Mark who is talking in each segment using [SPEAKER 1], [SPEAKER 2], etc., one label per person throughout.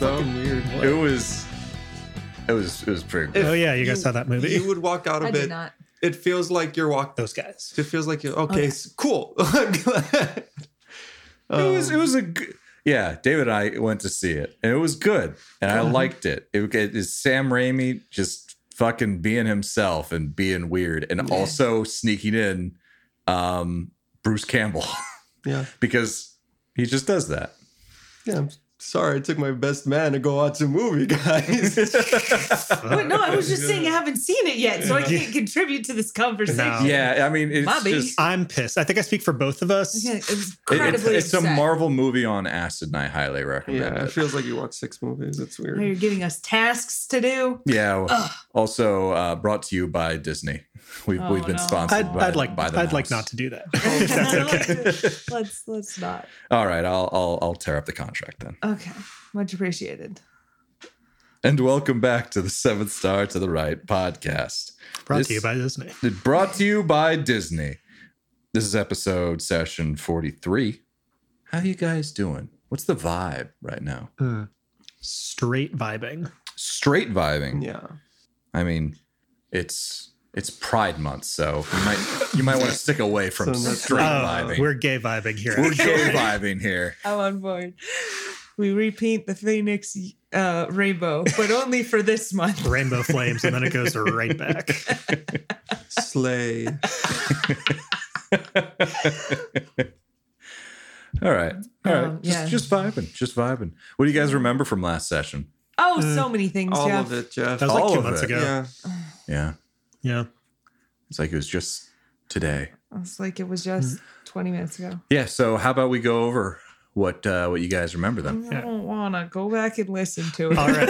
[SPEAKER 1] What?
[SPEAKER 2] It was. It was. It was pretty. Good.
[SPEAKER 1] If
[SPEAKER 3] Oh, yeah, you guys saw that movie.
[SPEAKER 1] You would walk out
[SPEAKER 4] I
[SPEAKER 1] of
[SPEAKER 4] did
[SPEAKER 1] it.
[SPEAKER 4] not.
[SPEAKER 1] It feels like you're walking.
[SPEAKER 3] Those guys.
[SPEAKER 1] It feels like you're okay.
[SPEAKER 4] Okay.
[SPEAKER 1] s- Cool. it
[SPEAKER 2] it was.
[SPEAKER 1] um,
[SPEAKER 2] It was a. g- Yeah, David and I went to see it, and it was good, and I liked it. It is Sam Raimi just fucking being himself and being weird, and
[SPEAKER 1] Yeah.
[SPEAKER 2] also sneaking in um, Bruce Campbell
[SPEAKER 1] yeah.
[SPEAKER 2] because he just does that.
[SPEAKER 1] Yeah. I'm sorry. I took my best man to go watch a movie, guys.
[SPEAKER 4] Wait, no, I was just saying I haven't seen it yet, so I can't contribute to this conversation.
[SPEAKER 1] Um,
[SPEAKER 3] No.
[SPEAKER 2] Yeah, I mean, it's
[SPEAKER 4] Bobby.
[SPEAKER 2] just.
[SPEAKER 3] I'm pissed. I think I speak for both of us.
[SPEAKER 4] Okay, it was
[SPEAKER 2] it- it's,
[SPEAKER 4] incredibly
[SPEAKER 2] it's a
[SPEAKER 4] upset.
[SPEAKER 2] Marvel movie on acid, and I highly recommend
[SPEAKER 1] yeah. It
[SPEAKER 2] it.
[SPEAKER 1] feels like you watched six movies. It's
[SPEAKER 4] Now
[SPEAKER 1] weird.
[SPEAKER 4] You're giving us tasks to do.
[SPEAKER 2] Yeah. well,
[SPEAKER 4] Ugh.
[SPEAKER 2] Also uh, brought to you by Disney. We've,
[SPEAKER 4] Oh,
[SPEAKER 2] we've been
[SPEAKER 4] no.
[SPEAKER 2] sponsored.
[SPEAKER 3] I'd,
[SPEAKER 2] by,
[SPEAKER 3] I'd like
[SPEAKER 2] by
[SPEAKER 3] I'd
[SPEAKER 2] the
[SPEAKER 3] like
[SPEAKER 2] mouse.
[SPEAKER 3] not to do that.
[SPEAKER 4] Oh,
[SPEAKER 3] if that's Oh, okay.
[SPEAKER 4] let's let's not.
[SPEAKER 2] All right, I'll, I'll I'll tear up the contract then.
[SPEAKER 4] Okay, much appreciated.
[SPEAKER 2] And welcome back to the Seventh Star to the Right podcast,
[SPEAKER 3] Brought
[SPEAKER 2] This-
[SPEAKER 3] to you by Disney.
[SPEAKER 2] brought to you by Disney. This is episode session forty three. How you guys doing? What's the vibe right now?
[SPEAKER 3] Straight vibing.
[SPEAKER 2] Straight vibing.
[SPEAKER 1] Yeah.
[SPEAKER 2] I mean, it's it's Pride Month, so you might you might want to stick away from
[SPEAKER 1] So that's-
[SPEAKER 2] straight
[SPEAKER 1] Straight
[SPEAKER 3] Oh,
[SPEAKER 2] vibing.
[SPEAKER 3] We're gay vibing here.
[SPEAKER 2] we're gay vibing here.
[SPEAKER 4] I'm on board. We repaint the Phoenix uh, rainbow, but only for this month.
[SPEAKER 3] Rainbow flames, and then it goes right back.
[SPEAKER 1] Slay.
[SPEAKER 2] All right. All right.
[SPEAKER 4] Um,
[SPEAKER 2] just,
[SPEAKER 4] yeah.
[SPEAKER 2] just vibing. Just vibing. What do you guys remember from last session?
[SPEAKER 4] Oh,
[SPEAKER 3] Mm.
[SPEAKER 4] so many things,
[SPEAKER 1] All
[SPEAKER 4] Jeff.
[SPEAKER 1] of it, Jeff.
[SPEAKER 3] That was like
[SPEAKER 2] All
[SPEAKER 3] two
[SPEAKER 2] of
[SPEAKER 3] months
[SPEAKER 2] it.
[SPEAKER 3] ago. Yeah.
[SPEAKER 1] Yeah.
[SPEAKER 2] Yeah. It's like it was just today.
[SPEAKER 4] I was like, it was just 20 minutes ago.
[SPEAKER 2] Yeah. So how about we go over what uh, what you guys remember then?
[SPEAKER 4] I don't want to go back and listen to it.
[SPEAKER 3] All right.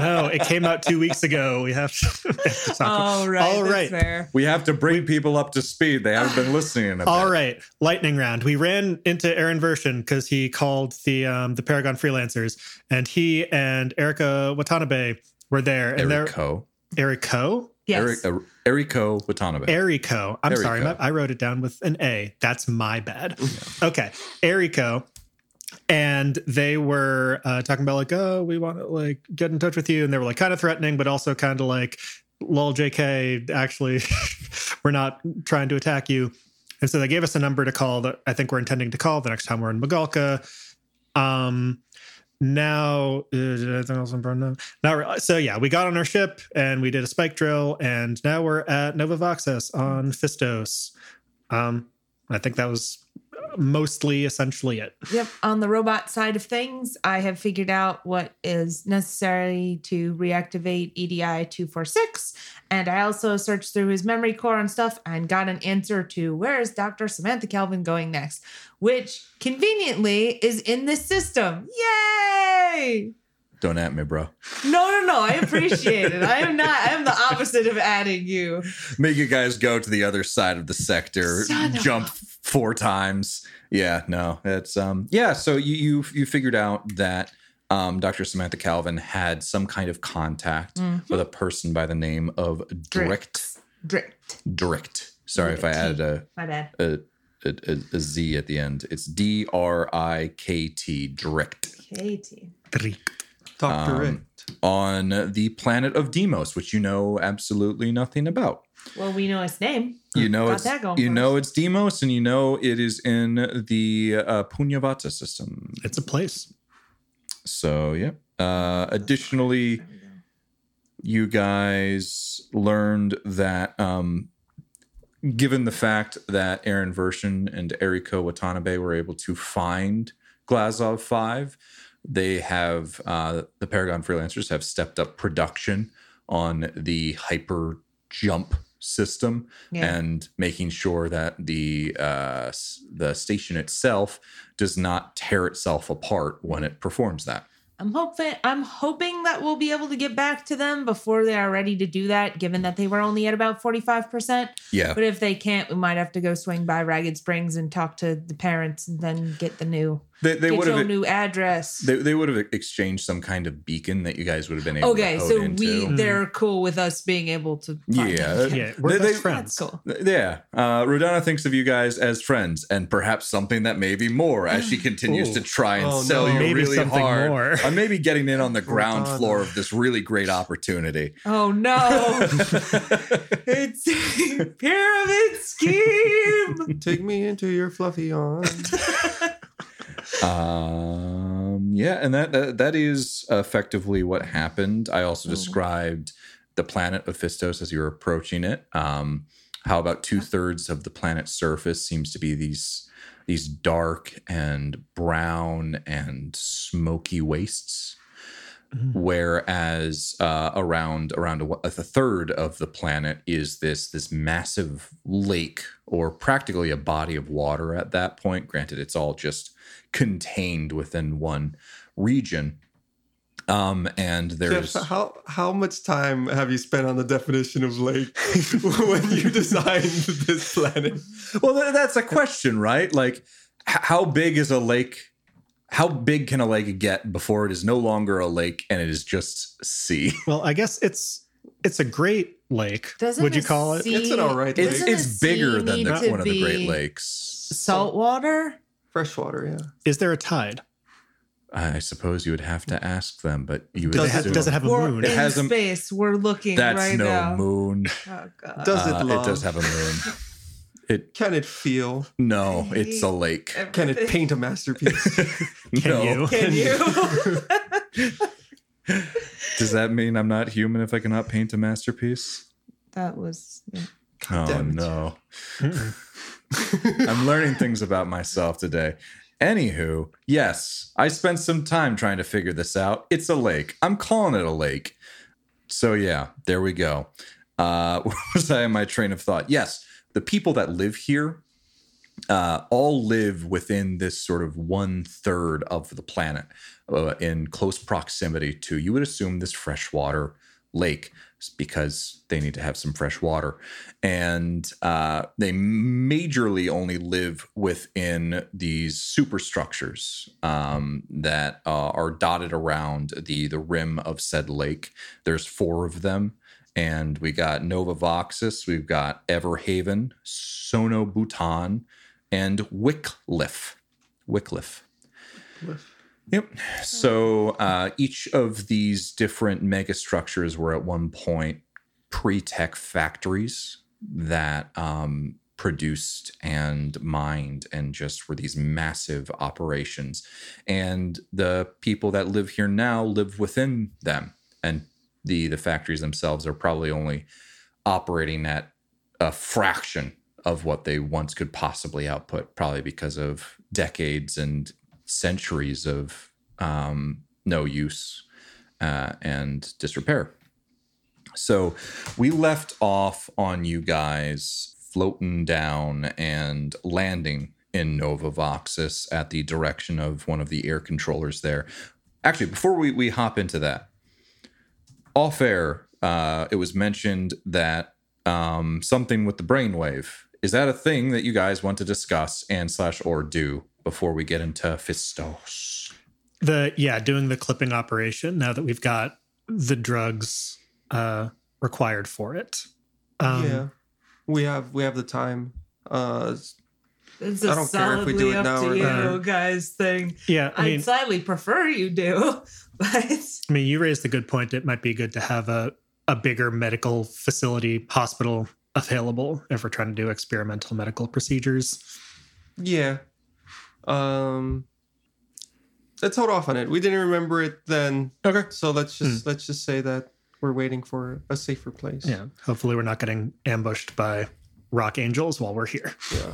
[SPEAKER 3] No, it came out two weeks ago. We have to. we have to talk-
[SPEAKER 4] All right.
[SPEAKER 3] All
[SPEAKER 4] that's
[SPEAKER 3] right.
[SPEAKER 4] fair.
[SPEAKER 2] We have to bring people up to speed. They haven't been listening in a
[SPEAKER 3] All
[SPEAKER 2] bit.
[SPEAKER 3] right, lightning round. We ran into Aaron Version because he called the um, the Paragon freelancers, and he and Erica Watanabe were there, and they're
[SPEAKER 2] Erico.
[SPEAKER 3] Erico.
[SPEAKER 2] Eric,
[SPEAKER 4] Yes.
[SPEAKER 2] er, Erico Watanabe.
[SPEAKER 3] Erico. I'm sorry,
[SPEAKER 2] Erico.
[SPEAKER 3] I wrote it down with an A. That's my bad. Okay, Erico. And they were uh, talking about like, oh, we want to like get in touch with you, and they were like kind of threatening, but also kind of like, lol, JK. Actually, we're not trying to attack you. And so they gave us a number to call that I think we're intending to call the next time we're in Magalka. Um, now, uh, anything else I'm burned up? Not re- so yeah, we got on our ship and we did a spike drill, and now we're at Nova Voxus on Fistos. Um, I think that was mostly essentially it.
[SPEAKER 4] Yep. On the robot side of things, I have figured out what is necessary to reactivate E EDI 246. And I also searched through his memory core and stuff and got an answer to where is Dr. Samantha Calvin going next, which conveniently is in this system. Yay!
[SPEAKER 2] Don't at me, bro.
[SPEAKER 4] No, no, no. I appreciate it. I am not, I am the opposite of adding you.
[SPEAKER 2] Make you guys go to the other side of the sector,
[SPEAKER 4] Son of
[SPEAKER 2] jump four times. Yeah, no, it's um, yeah. So you you you figured out that um, Dr. Samantha Calvin had some kind of contact
[SPEAKER 4] Mm-hmm.
[SPEAKER 2] with a person by the name of Drict.
[SPEAKER 4] Drift.
[SPEAKER 2] Drict. Sorry if I
[SPEAKER 4] Drict.
[SPEAKER 2] added a
[SPEAKER 4] My bad.
[SPEAKER 2] a, a, a- a Z at the end. It's D R I K T, Drict,
[SPEAKER 4] Katie.
[SPEAKER 3] Three.
[SPEAKER 1] Doctor
[SPEAKER 2] Um,
[SPEAKER 1] Rick.
[SPEAKER 2] on the planet of Demos, which you know absolutely nothing about.
[SPEAKER 4] Well, we know his name.
[SPEAKER 2] You know
[SPEAKER 4] Hmm. Got
[SPEAKER 2] it's
[SPEAKER 4] that going
[SPEAKER 2] you
[SPEAKER 4] for
[SPEAKER 2] know it's Demos, and you know it is in the uh, Punyavata system.
[SPEAKER 3] It's a place.
[SPEAKER 2] So yeah. Uh, additionally,
[SPEAKER 4] There we go.
[SPEAKER 2] you guys learned that um, given the fact that Aaron Vershin and Eriko Watanabe were able to find Glazov 5, they have, uh, the Paragon freelancers have stepped up production on the hyper jump system
[SPEAKER 4] Yeah.
[SPEAKER 2] and making sure that the uh, s- the station itself does not tear itself apart when it performs that.
[SPEAKER 4] I'm hoping I'm hoping that we'll be able to get back to them before they are ready to do that, given that they were only at about 45%.
[SPEAKER 2] Yeah.
[SPEAKER 4] But if they can't, we might have to go swing by Ragged Springs and talk to the parents and then get the new
[SPEAKER 2] They, they
[SPEAKER 4] Get
[SPEAKER 2] would
[SPEAKER 4] your
[SPEAKER 2] have
[SPEAKER 4] new address.
[SPEAKER 2] they, they would have exchanged some kind of beacon that you guys would have been able
[SPEAKER 4] okay,
[SPEAKER 2] to
[SPEAKER 4] so
[SPEAKER 2] code into.
[SPEAKER 4] we they're cool with us being able to. Find
[SPEAKER 2] Yeah,
[SPEAKER 4] them.
[SPEAKER 2] that-
[SPEAKER 3] Yeah, we're
[SPEAKER 2] They-
[SPEAKER 3] best
[SPEAKER 2] they-
[SPEAKER 3] friends.
[SPEAKER 4] that's cool.
[SPEAKER 2] Yeah. Uh, Rodana thinks of you guys as friends and perhaps something that may be more as she continues to
[SPEAKER 3] Ooh.
[SPEAKER 2] try and
[SPEAKER 1] Oh, no.
[SPEAKER 2] sell you
[SPEAKER 3] Maybe
[SPEAKER 2] really
[SPEAKER 3] something
[SPEAKER 2] hard.
[SPEAKER 3] more.
[SPEAKER 2] I may be getting in on the ground
[SPEAKER 1] Rodana.
[SPEAKER 2] floor of this really great opportunity.
[SPEAKER 4] Oh no, Oh. it's pyramid scheme.
[SPEAKER 1] Take me into your fluffy arms.
[SPEAKER 2] um, yeah, and that, that that is effectively what happened. I also described the planet of Fistos as you were approaching it. Um, how about two thirds of the planet's surface seems to be these these dark and brown and smoky wastes. Whereas uh, around around a, wh- a third of the planet is this this massive lake or practically a body of water at that point. Granted, it's all just contained within one region. Um, and
[SPEAKER 1] Jeff,
[SPEAKER 2] there's
[SPEAKER 1] how how much time have you spent on the definition of lake when you designed this planet?
[SPEAKER 2] well, tha- that's a question, right? Like, h- how big is a lake? How big can a lake get before it is no longer a lake and it is just sea?
[SPEAKER 3] Well, I guess it's it's a great lake.
[SPEAKER 4] Doesn't
[SPEAKER 3] would you
[SPEAKER 4] a
[SPEAKER 3] call it?
[SPEAKER 4] sea-
[SPEAKER 1] It's an all right
[SPEAKER 2] It's,
[SPEAKER 1] lake.
[SPEAKER 4] doesn't
[SPEAKER 2] it's
[SPEAKER 4] a sea
[SPEAKER 2] bigger than
[SPEAKER 4] need
[SPEAKER 2] the,
[SPEAKER 4] to
[SPEAKER 2] one of the Great
[SPEAKER 4] be
[SPEAKER 2] Lakes.
[SPEAKER 4] Salt water.
[SPEAKER 1] Freshwater, yeah.
[SPEAKER 3] Is there a tide?
[SPEAKER 2] I suppose you would have to ask them, but you would
[SPEAKER 3] Does it,
[SPEAKER 1] Doesn't-
[SPEAKER 3] ha-
[SPEAKER 2] assume
[SPEAKER 3] does it have a
[SPEAKER 4] We're
[SPEAKER 3] moon?
[SPEAKER 2] It
[SPEAKER 4] in
[SPEAKER 2] has a-
[SPEAKER 4] space. We're looking
[SPEAKER 2] that's
[SPEAKER 4] right
[SPEAKER 2] no
[SPEAKER 4] now.
[SPEAKER 2] moon.
[SPEAKER 4] Oh god.
[SPEAKER 1] Does it
[SPEAKER 2] Uh,
[SPEAKER 1] love?
[SPEAKER 2] does have a moon. It
[SPEAKER 1] Can it feel?
[SPEAKER 2] no, it's a lake.
[SPEAKER 1] Can it paint a masterpiece?
[SPEAKER 3] Can
[SPEAKER 2] no.
[SPEAKER 3] you?
[SPEAKER 4] Can you?
[SPEAKER 2] Does that mean I'm not human if I cannot paint a masterpiece?
[SPEAKER 4] that was. yeah.
[SPEAKER 2] Oh
[SPEAKER 1] damn it.
[SPEAKER 2] no.
[SPEAKER 3] Mm-mm.
[SPEAKER 2] I'm learning things about myself today. Anywho, yes, I spent some time trying to figure this out. It's a lake. I'm calling it a lake. So yeah, there we go. Uh, where was I in my train of thought? Yes, the people that live here uh, all live within this sort of one third of the planet, uh, in close proximity to you would assume this freshwater lake because they need to have some fresh water and uh, they majorly only live within these superstructures um, that uh, are dotted around the the rim of said lake. There's four of them, and we got Nova Voxis, we've got Everhaven, Sono Bhutan, and Wycliffe. Wycliffe.
[SPEAKER 1] Um,
[SPEAKER 2] Yep. So uh, each of these different megastructures were at one point pre-tech factories that um, produced and mined and just were these massive operations. And the people that live here now live within them, and the the factories themselves are probably only operating at a fraction of what they once could possibly output, probably because of decades and centuries of um, no use uh, and disrepair. So we left off on you guys floating down and landing in Nova Voxis at the direction of one of the air controllers there. Actually, before we, we hop into that, off air, uh, it was mentioned that um, something with the brainwave. Is that a thing that you guys want to discuss and slash or do before we get into Fistos?
[SPEAKER 3] The yeah, doing the clipping operation now that we've got the drugs uh required for it. Um
[SPEAKER 1] yeah, we have we have the time. Uh,
[SPEAKER 4] It's
[SPEAKER 1] I
[SPEAKER 4] a
[SPEAKER 1] don't care if we
[SPEAKER 4] solidly
[SPEAKER 1] do it
[SPEAKER 4] up
[SPEAKER 1] now
[SPEAKER 4] to
[SPEAKER 1] or
[SPEAKER 4] you
[SPEAKER 1] later.
[SPEAKER 4] guys thing.
[SPEAKER 3] yeah, I
[SPEAKER 4] I'd
[SPEAKER 3] mean
[SPEAKER 4] slightly prefer you do, but
[SPEAKER 3] I mean, you raised a good point. It might be good to have a, a bigger medical facility, hospital available if we're trying to do experimental medical procedures.
[SPEAKER 1] yeah. Um, let's hold off on it. We didn't remember it then,
[SPEAKER 2] Okay. Hmm.
[SPEAKER 1] so let's just let's just say that we're waiting for a safer place.
[SPEAKER 3] Yeah. Hopefully, we're not getting ambushed by rock angels while we're here.
[SPEAKER 1] Yeah.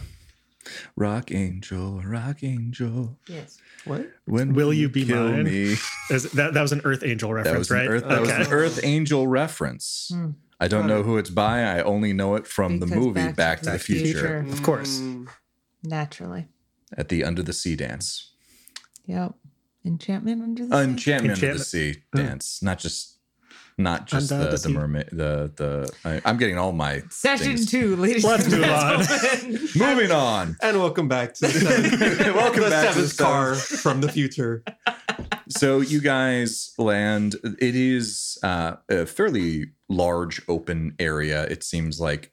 [SPEAKER 2] Rock angel, rock angel.
[SPEAKER 4] yes,
[SPEAKER 1] What?
[SPEAKER 2] When
[SPEAKER 3] Will you be
[SPEAKER 2] kill
[SPEAKER 3] mine?
[SPEAKER 2] me?
[SPEAKER 3] Is, that, that was an Earth Angel
[SPEAKER 2] That
[SPEAKER 3] reference,
[SPEAKER 2] was an
[SPEAKER 3] right?
[SPEAKER 2] Earth, that was an
[SPEAKER 1] Okay.
[SPEAKER 2] Earth Angel reference.
[SPEAKER 4] Hmm.
[SPEAKER 2] I don't
[SPEAKER 1] Got
[SPEAKER 2] know
[SPEAKER 1] it.
[SPEAKER 2] who it's by. I only know it from the
[SPEAKER 4] Because
[SPEAKER 2] movie Back, to, the, future.
[SPEAKER 3] Of course.
[SPEAKER 1] Mm,
[SPEAKER 4] naturally.
[SPEAKER 2] at the Under the Sea dance.
[SPEAKER 4] Yep. Enchantment under the sea.
[SPEAKER 2] Enchantment of the
[SPEAKER 3] Hmm. Enchantment.
[SPEAKER 2] Sea
[SPEAKER 3] Mm.
[SPEAKER 2] dance, not just not just
[SPEAKER 3] And, uh,
[SPEAKER 2] the,
[SPEAKER 3] does
[SPEAKER 2] the
[SPEAKER 3] he-
[SPEAKER 2] mermaid. The the I, I'm getting all my
[SPEAKER 4] Session
[SPEAKER 2] things.
[SPEAKER 4] two, ladies
[SPEAKER 3] Let's
[SPEAKER 4] and
[SPEAKER 3] move on.
[SPEAKER 4] gentlemen.
[SPEAKER 2] Moving on.
[SPEAKER 1] And welcome back to the seventh,
[SPEAKER 2] Welcome
[SPEAKER 1] the
[SPEAKER 2] back to the
[SPEAKER 1] seventh car from the future.
[SPEAKER 2] So you guys land. It is uh, a fairly large open area. It seems like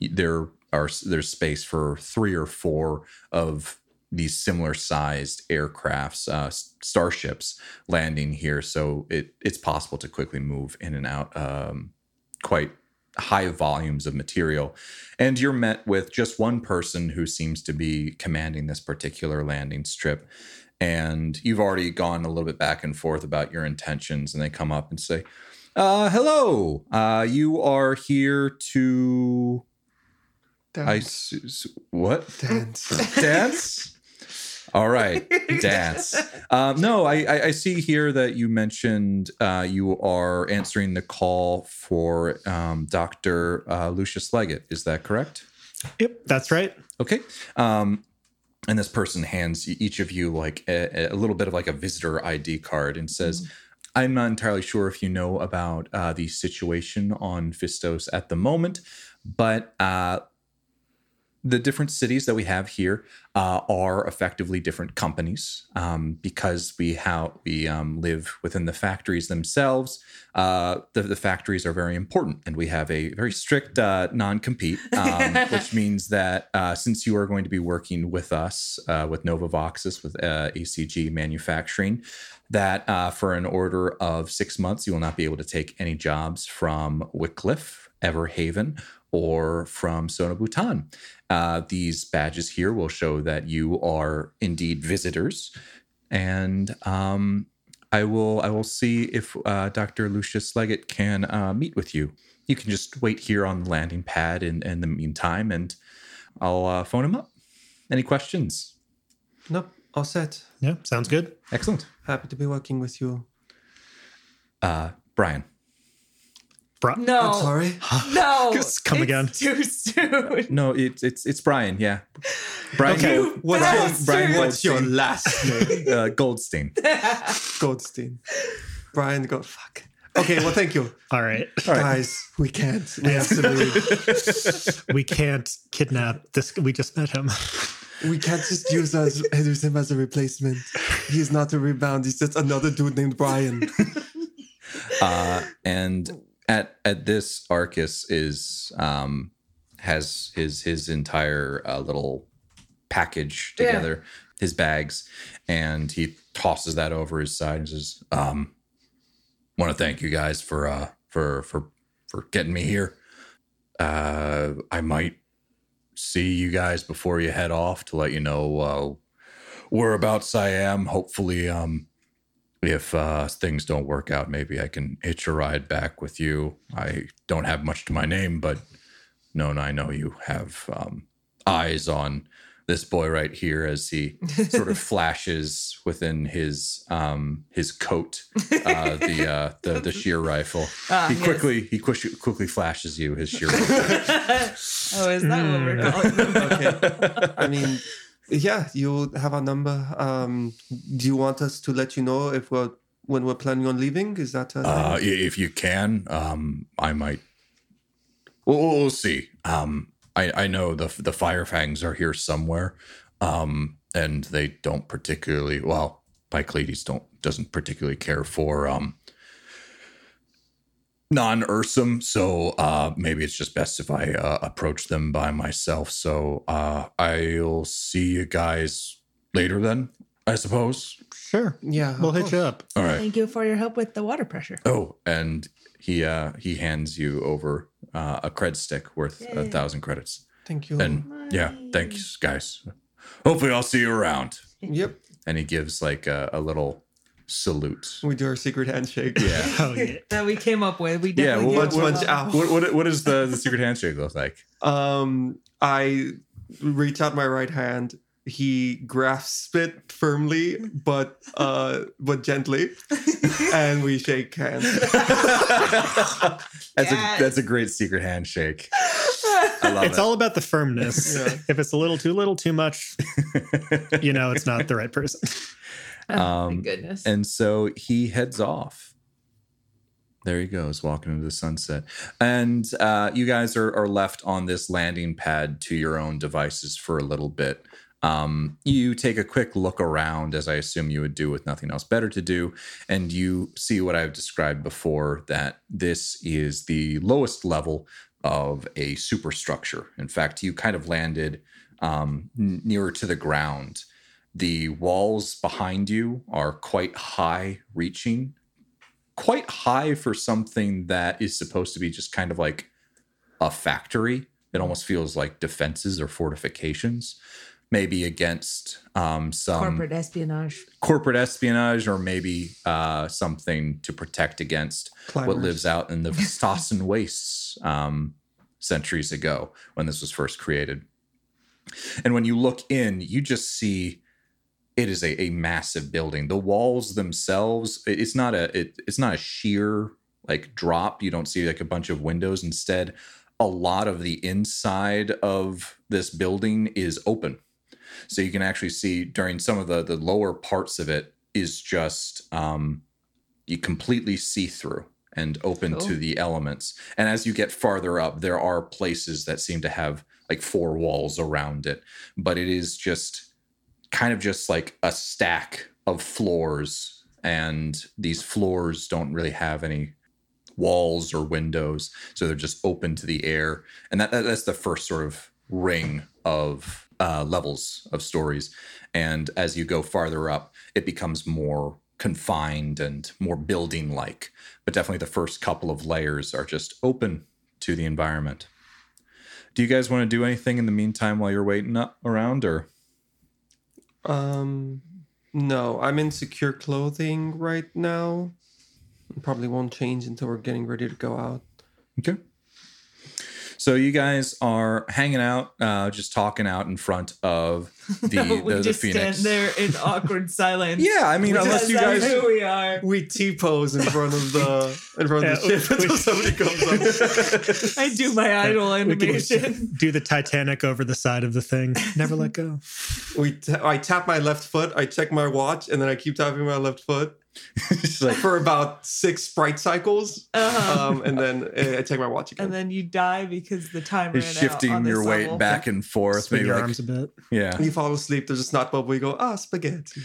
[SPEAKER 2] there are there's space for three or four of these similar sized aircrafts, uh, s- starships landing here. So it it's possible to quickly move in and out um, quite high volumes of material. And you're met with just one person who seems to be commanding this particular landing strip. And you've already gone a little bit back and forth about your intentions, and they come up and say, uh, hello. Uh, you are here to I
[SPEAKER 1] Dance.
[SPEAKER 2] su- su- what
[SPEAKER 1] Dance.
[SPEAKER 2] dance? All right, dance. Um, no, I, I I see here that you mentioned uh, you are answering the call for um, Doctor uh, Lucius Leggett. Is that correct?
[SPEAKER 3] Yep, that's right.
[SPEAKER 2] Okay. Um, and this person hands e- each of you like a, a little bit of like a visitor ID card and says, "I'm not entirely sure if you know about uh, the situation on Fistos at the moment, but uh, the different cities that we have here uh, are effectively different companies um, because we how we um, live within the factories themselves. Uh, the, the factories are very important, and we have a very strict uh, non-compete, um, which means that uh, since you are going to be working with us uh, with Novavoxis with uh, ACG Manufacturing, that uh, for an order of six months, you will not be able to take any jobs from Wycliffe, Everhaven, or from Sona Bhutan. Uh, these badges here will show that you are indeed visitors, and um, I will I will see if uh, Dr. Lucius Leggett can uh, meet with you. You can just wait here on the landing pad in, in the meantime, and I'll uh, phone him up. Any questions?
[SPEAKER 1] Nope. All set.
[SPEAKER 3] Yeah, sounds good.
[SPEAKER 2] Excellent,
[SPEAKER 1] Happy to be working with you.
[SPEAKER 2] uh, Brian.
[SPEAKER 3] Bro-
[SPEAKER 1] I'm
[SPEAKER 4] No,
[SPEAKER 1] sorry.
[SPEAKER 4] no.
[SPEAKER 3] Just come
[SPEAKER 4] it's
[SPEAKER 3] again.
[SPEAKER 4] Too soon.
[SPEAKER 2] No, it's it's it's Brian. Yeah, Brian.
[SPEAKER 3] Okay.
[SPEAKER 2] Gold-
[SPEAKER 1] What's
[SPEAKER 4] Bastard.
[SPEAKER 1] your, Brian, what's your
[SPEAKER 2] Goldstein.
[SPEAKER 1] last name?
[SPEAKER 2] uh, Goldstein.
[SPEAKER 1] Goldstein. Brian Gold. Fuck. Okay, well, thank you.
[SPEAKER 3] All right.
[SPEAKER 2] All right.
[SPEAKER 1] Guys, we can't. We have to leave.
[SPEAKER 3] We can't kidnap this. We just met him.
[SPEAKER 1] We can't just use, us, use him as a replacement. He's not a rebound. He's just another dude named Brian.
[SPEAKER 2] uh, and at at this Arcus is um has his his entire uh, little package
[SPEAKER 4] Yeah.
[SPEAKER 2] together, his bags, and he tosses that over his side and says, um, "Want to thank you guys for uh for for for getting me here. Uh, I might see you guys before you head off to let you know uh, whereabouts I am. Hopefully, um." if uh, things don't work out, maybe I can hitch a ride back with you. I don't have much to my name, but known I know you have um, eyes on this boy right here as he sort of flashes within his um, his coat uh, the, uh, the the shear rifle.
[SPEAKER 4] Ah,
[SPEAKER 2] he
[SPEAKER 4] yes.
[SPEAKER 2] quickly he quish, quickly flashes you his shear rifle.
[SPEAKER 4] oh, is that what we're calling them?
[SPEAKER 1] okay. I mean, yeah, you have our number. Um, do you want us to let you know if we're when we're planning on leaving? Is that a
[SPEAKER 2] Uh, i- if you can, um, I might. We'll, we'll we'll see. Um, I, I know the the firefangs are here somewhere, um, and they don't particularly well. Picleides don't doesn't particularly care for um, non ursum so uh, maybe it's just best if I uh, approach them by myself. So uh, I'll see you guys later then, I suppose.
[SPEAKER 3] Sure.
[SPEAKER 1] yeah?
[SPEAKER 3] We'll
[SPEAKER 1] of
[SPEAKER 3] hit you
[SPEAKER 1] course.
[SPEAKER 3] up.
[SPEAKER 2] All right.
[SPEAKER 4] Thank you for your help with the water pressure.
[SPEAKER 2] Oh, and he uh he hands you over uh, a cred stick worth a
[SPEAKER 4] Yay. Oh
[SPEAKER 2] thousand credits.
[SPEAKER 1] Thank you.
[SPEAKER 2] And yeah, thanks guys. Hopefully I'll see you around.
[SPEAKER 1] yep,
[SPEAKER 2] And he gives like a, a little salute.
[SPEAKER 1] we do our secret handshake.
[SPEAKER 2] Yeah.
[SPEAKER 3] Oh, yeah.
[SPEAKER 4] that we came up with. We
[SPEAKER 2] Yeah,
[SPEAKER 4] definitely
[SPEAKER 2] well,
[SPEAKER 4] came
[SPEAKER 1] what-
[SPEAKER 4] up
[SPEAKER 1] what-
[SPEAKER 4] with.
[SPEAKER 1] ow.
[SPEAKER 2] What what what does the, the secret handshake look like?
[SPEAKER 1] Um, I reach out my right hand. He grasps it firmly, but uh, but gently, and we shake hands.
[SPEAKER 2] That's
[SPEAKER 4] Yes.
[SPEAKER 2] a that's a great secret handshake. I love
[SPEAKER 3] It's
[SPEAKER 2] it.
[SPEAKER 3] all about the firmness.
[SPEAKER 1] Yeah.
[SPEAKER 3] If it's a little too little, too much, you know, it's not the right person.
[SPEAKER 4] Oh, my
[SPEAKER 2] Um,
[SPEAKER 4] goodness.
[SPEAKER 2] and so he heads off. there he goes, walking into the sunset. And uh, you guys are, are left on this landing pad to your own devices for a little bit. Um, you take a quick look around, as I assume you would do with nothing else better to do, and you see what I've described before that this is the lowest level of a superstructure. In fact, you kind of landed um, n- nearer to the ground. The walls behind you are quite high reaching, quite high for something that is supposed to be just kind of like a factory. It almost feels like defenses or fortifications, maybe against um, some
[SPEAKER 4] Corporate espionage.
[SPEAKER 2] corporate espionage or maybe uh, something to protect against
[SPEAKER 1] Climbers.
[SPEAKER 2] what lives out in the Vestassen wastes um, centuries ago when this was first created. And when you look in, you just see it is a, a massive building. The walls themselves, it- it's not a it, it's not a sheer like drop. You don't see like a bunch of windows. Instead, a lot of the inside of this building is open. So you can actually see during some of the the lower parts of it is just um, you completely see through and open to
[SPEAKER 4] Cool.
[SPEAKER 2] the elements. And as you get farther up, there are places that seem to have like four walls around it, but it is just kind of just like a stack of floors and these floors don't really have any walls or windows so they're just open to the air and that, that that's the first sort of ring of uh, levels of stories and as you go farther up it becomes more confined and more building like but definitely the first couple of layers are just open to the environment do you guys want to do anything in the meantime while you're waiting up around or
[SPEAKER 1] Um, no, I'm in secure clothing right now. Probably won't change until we're getting ready to go out.
[SPEAKER 2] Okay. So you guys are hanging out, uh, just talking out in front of the,
[SPEAKER 4] we
[SPEAKER 2] the, the
[SPEAKER 4] just
[SPEAKER 2] Phoenix.
[SPEAKER 4] stand there in awkward silence.
[SPEAKER 2] Yeah, I mean,
[SPEAKER 4] Because
[SPEAKER 2] unless you guys,
[SPEAKER 4] that's who we are.
[SPEAKER 1] We T pose in front of the in front of the
[SPEAKER 3] Yeah,
[SPEAKER 1] ship until
[SPEAKER 3] we-
[SPEAKER 1] somebody comes up.
[SPEAKER 4] I do my idol
[SPEAKER 3] We can
[SPEAKER 4] animation.
[SPEAKER 3] do the Titanic over the side of the thing. Never let go.
[SPEAKER 1] We t- I tap my left foot, I check my watch, and then I keep tapping my left foot
[SPEAKER 2] it's like,
[SPEAKER 1] for about six sprite cycles.
[SPEAKER 4] Uh-huh.
[SPEAKER 1] Um, and then uh, I check my watch again.
[SPEAKER 4] and then you die because the time
[SPEAKER 2] you're
[SPEAKER 4] ran out on
[SPEAKER 2] shifting
[SPEAKER 4] this
[SPEAKER 2] your weight
[SPEAKER 4] level.
[SPEAKER 2] back and forth.
[SPEAKER 3] Swing
[SPEAKER 2] Maybe
[SPEAKER 3] your
[SPEAKER 2] like,
[SPEAKER 3] arms a bit.
[SPEAKER 2] yeah.
[SPEAKER 1] you fall asleep, there's a snot bubble, you go, ah, spaghetti.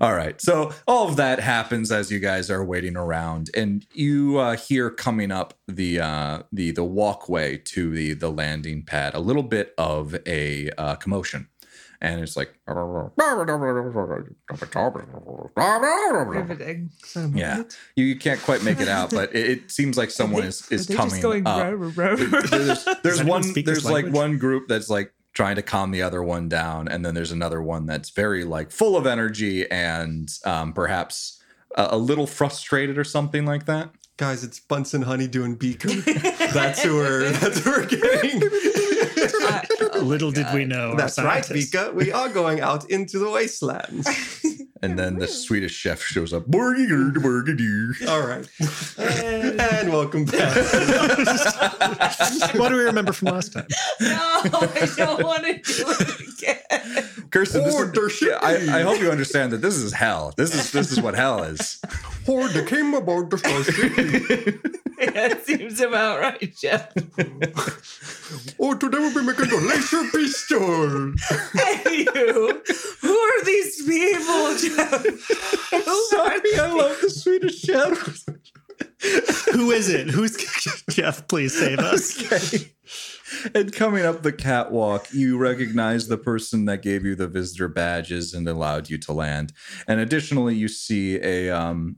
[SPEAKER 2] All right. So all of that happens as you guys are waiting around, and you uh, hear coming up the uh, the the walkway to the the landing pad a little bit of a uh, commotion, and it's like
[SPEAKER 4] Riveting.
[SPEAKER 2] yeah, you, you can't quite make it out, but it, it seems like someone is is
[SPEAKER 4] Are they
[SPEAKER 2] coming
[SPEAKER 4] just going
[SPEAKER 2] up.
[SPEAKER 4] row, row, row?
[SPEAKER 2] there's there's one
[SPEAKER 3] anyone speak
[SPEAKER 2] there's
[SPEAKER 3] this
[SPEAKER 2] like
[SPEAKER 3] language?
[SPEAKER 2] one group that's like trying to calm the other one down and then there's another one that's very like full of energy and um, perhaps a, a little frustrated or something like that
[SPEAKER 1] Guys, it's Bunsen Honeydew and Beaker. That's who we're that's who we're getting.
[SPEAKER 4] I- oh
[SPEAKER 3] Little
[SPEAKER 4] my
[SPEAKER 3] did we
[SPEAKER 4] God.
[SPEAKER 3] know. our
[SPEAKER 1] That's right,
[SPEAKER 3] scientists.
[SPEAKER 1] Beaker. We are going out into the wastelands.
[SPEAKER 2] and then the swedish chef shows up "Burger, burger."
[SPEAKER 1] All right.
[SPEAKER 4] Eh,
[SPEAKER 1] And welcome back.
[SPEAKER 3] What do we remember from last time?
[SPEAKER 4] no, I don't want to do it again.
[SPEAKER 2] kirsten this is-
[SPEAKER 1] Order shipping.
[SPEAKER 2] I, I hope you understand that this is hell this is this is what hell is
[SPEAKER 1] Horde that came aboard the first
[SPEAKER 4] That seems about right, Jeff.
[SPEAKER 1] Oh, today we'll be making the laser pistol.
[SPEAKER 4] Hey, you. Who are these people, Jeff?
[SPEAKER 2] sorry i love the swedish chef
[SPEAKER 3] Who is it? Who's Jeff? Please save us.
[SPEAKER 2] Okay. And coming up the catwalk, you recognize the person that gave you the visitor badges and allowed you to land. And additionally, you see a um,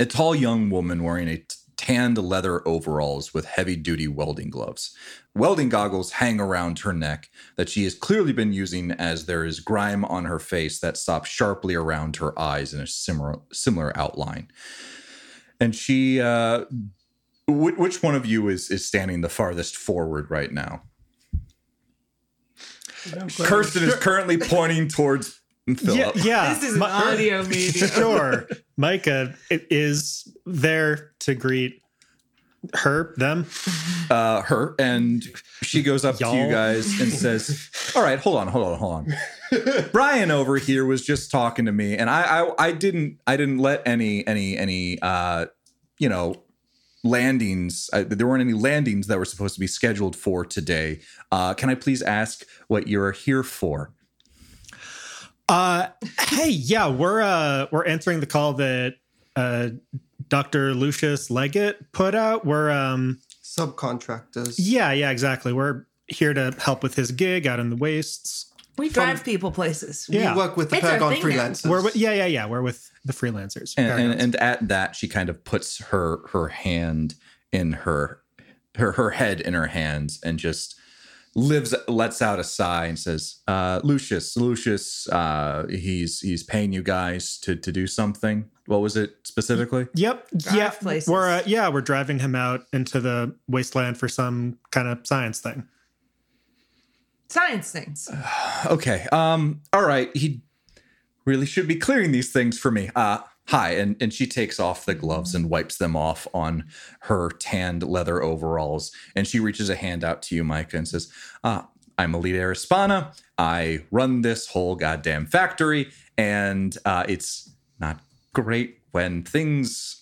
[SPEAKER 2] a tall young woman wearing a t- tanned leather overalls with heavy duty welding gloves. Welding goggles hang around her neck that she has clearly been using as there is grime on her face that stops sharply around her eyes in a similar similar outline. And she uh, Wh- which one of you is is standing the farthest forward right now? Kirsten is currently pointing towards
[SPEAKER 3] Yeah,
[SPEAKER 2] Philip.
[SPEAKER 3] yeah.
[SPEAKER 4] This is an
[SPEAKER 3] My-
[SPEAKER 4] audio medium.
[SPEAKER 3] Sure, Micah i- is there to greet her, them.
[SPEAKER 2] Uh, her and she goes up to you
[SPEAKER 3] Y'all.
[SPEAKER 2] guys and says, "All right, hold on, hold on, hold on." Brian over here was just talking to me, and I I, I didn't I didn't let any any any uh, you know, landings. I, there weren't any landings that were supposed to be scheduled for today. Uh, can I please ask what you're here for?
[SPEAKER 3] Uh, hey, yeah, we're uh, we're answering the call that uh, Dr. Lucius Leggett put out. We're um,
[SPEAKER 1] Subcontractors.
[SPEAKER 3] yeah, yeah, exactly. We're here to help with his gig out in the wastes.
[SPEAKER 4] We drive people places.
[SPEAKER 3] Yeah.
[SPEAKER 1] We work with the
[SPEAKER 4] It's our
[SPEAKER 1] Paragon
[SPEAKER 4] thing now.
[SPEAKER 1] freelancers.
[SPEAKER 3] We're with, yeah, yeah, yeah. We're with the freelancers.
[SPEAKER 2] and, and, and at that she kind of puts her her hand in her her her head in her hands and just lives lets out a sigh and says uh lucius lucius uh he's he's paying you guys to to do something what was it specifically
[SPEAKER 3] Yep.
[SPEAKER 4] Drive
[SPEAKER 3] yeah.
[SPEAKER 4] places.
[SPEAKER 3] We're uh, yeah, we're driving him out into the wasteland for some kind of science thing.
[SPEAKER 4] Science things.
[SPEAKER 3] Uh,
[SPEAKER 2] okay um all right he really should be clearing these things for me uh hi and and she takes off the gloves and wipes them off on her tanned leather overalls and she reaches a hand out to you micah and says ah i'm elite aerospana i run this whole goddamn factory and uh it's not great when things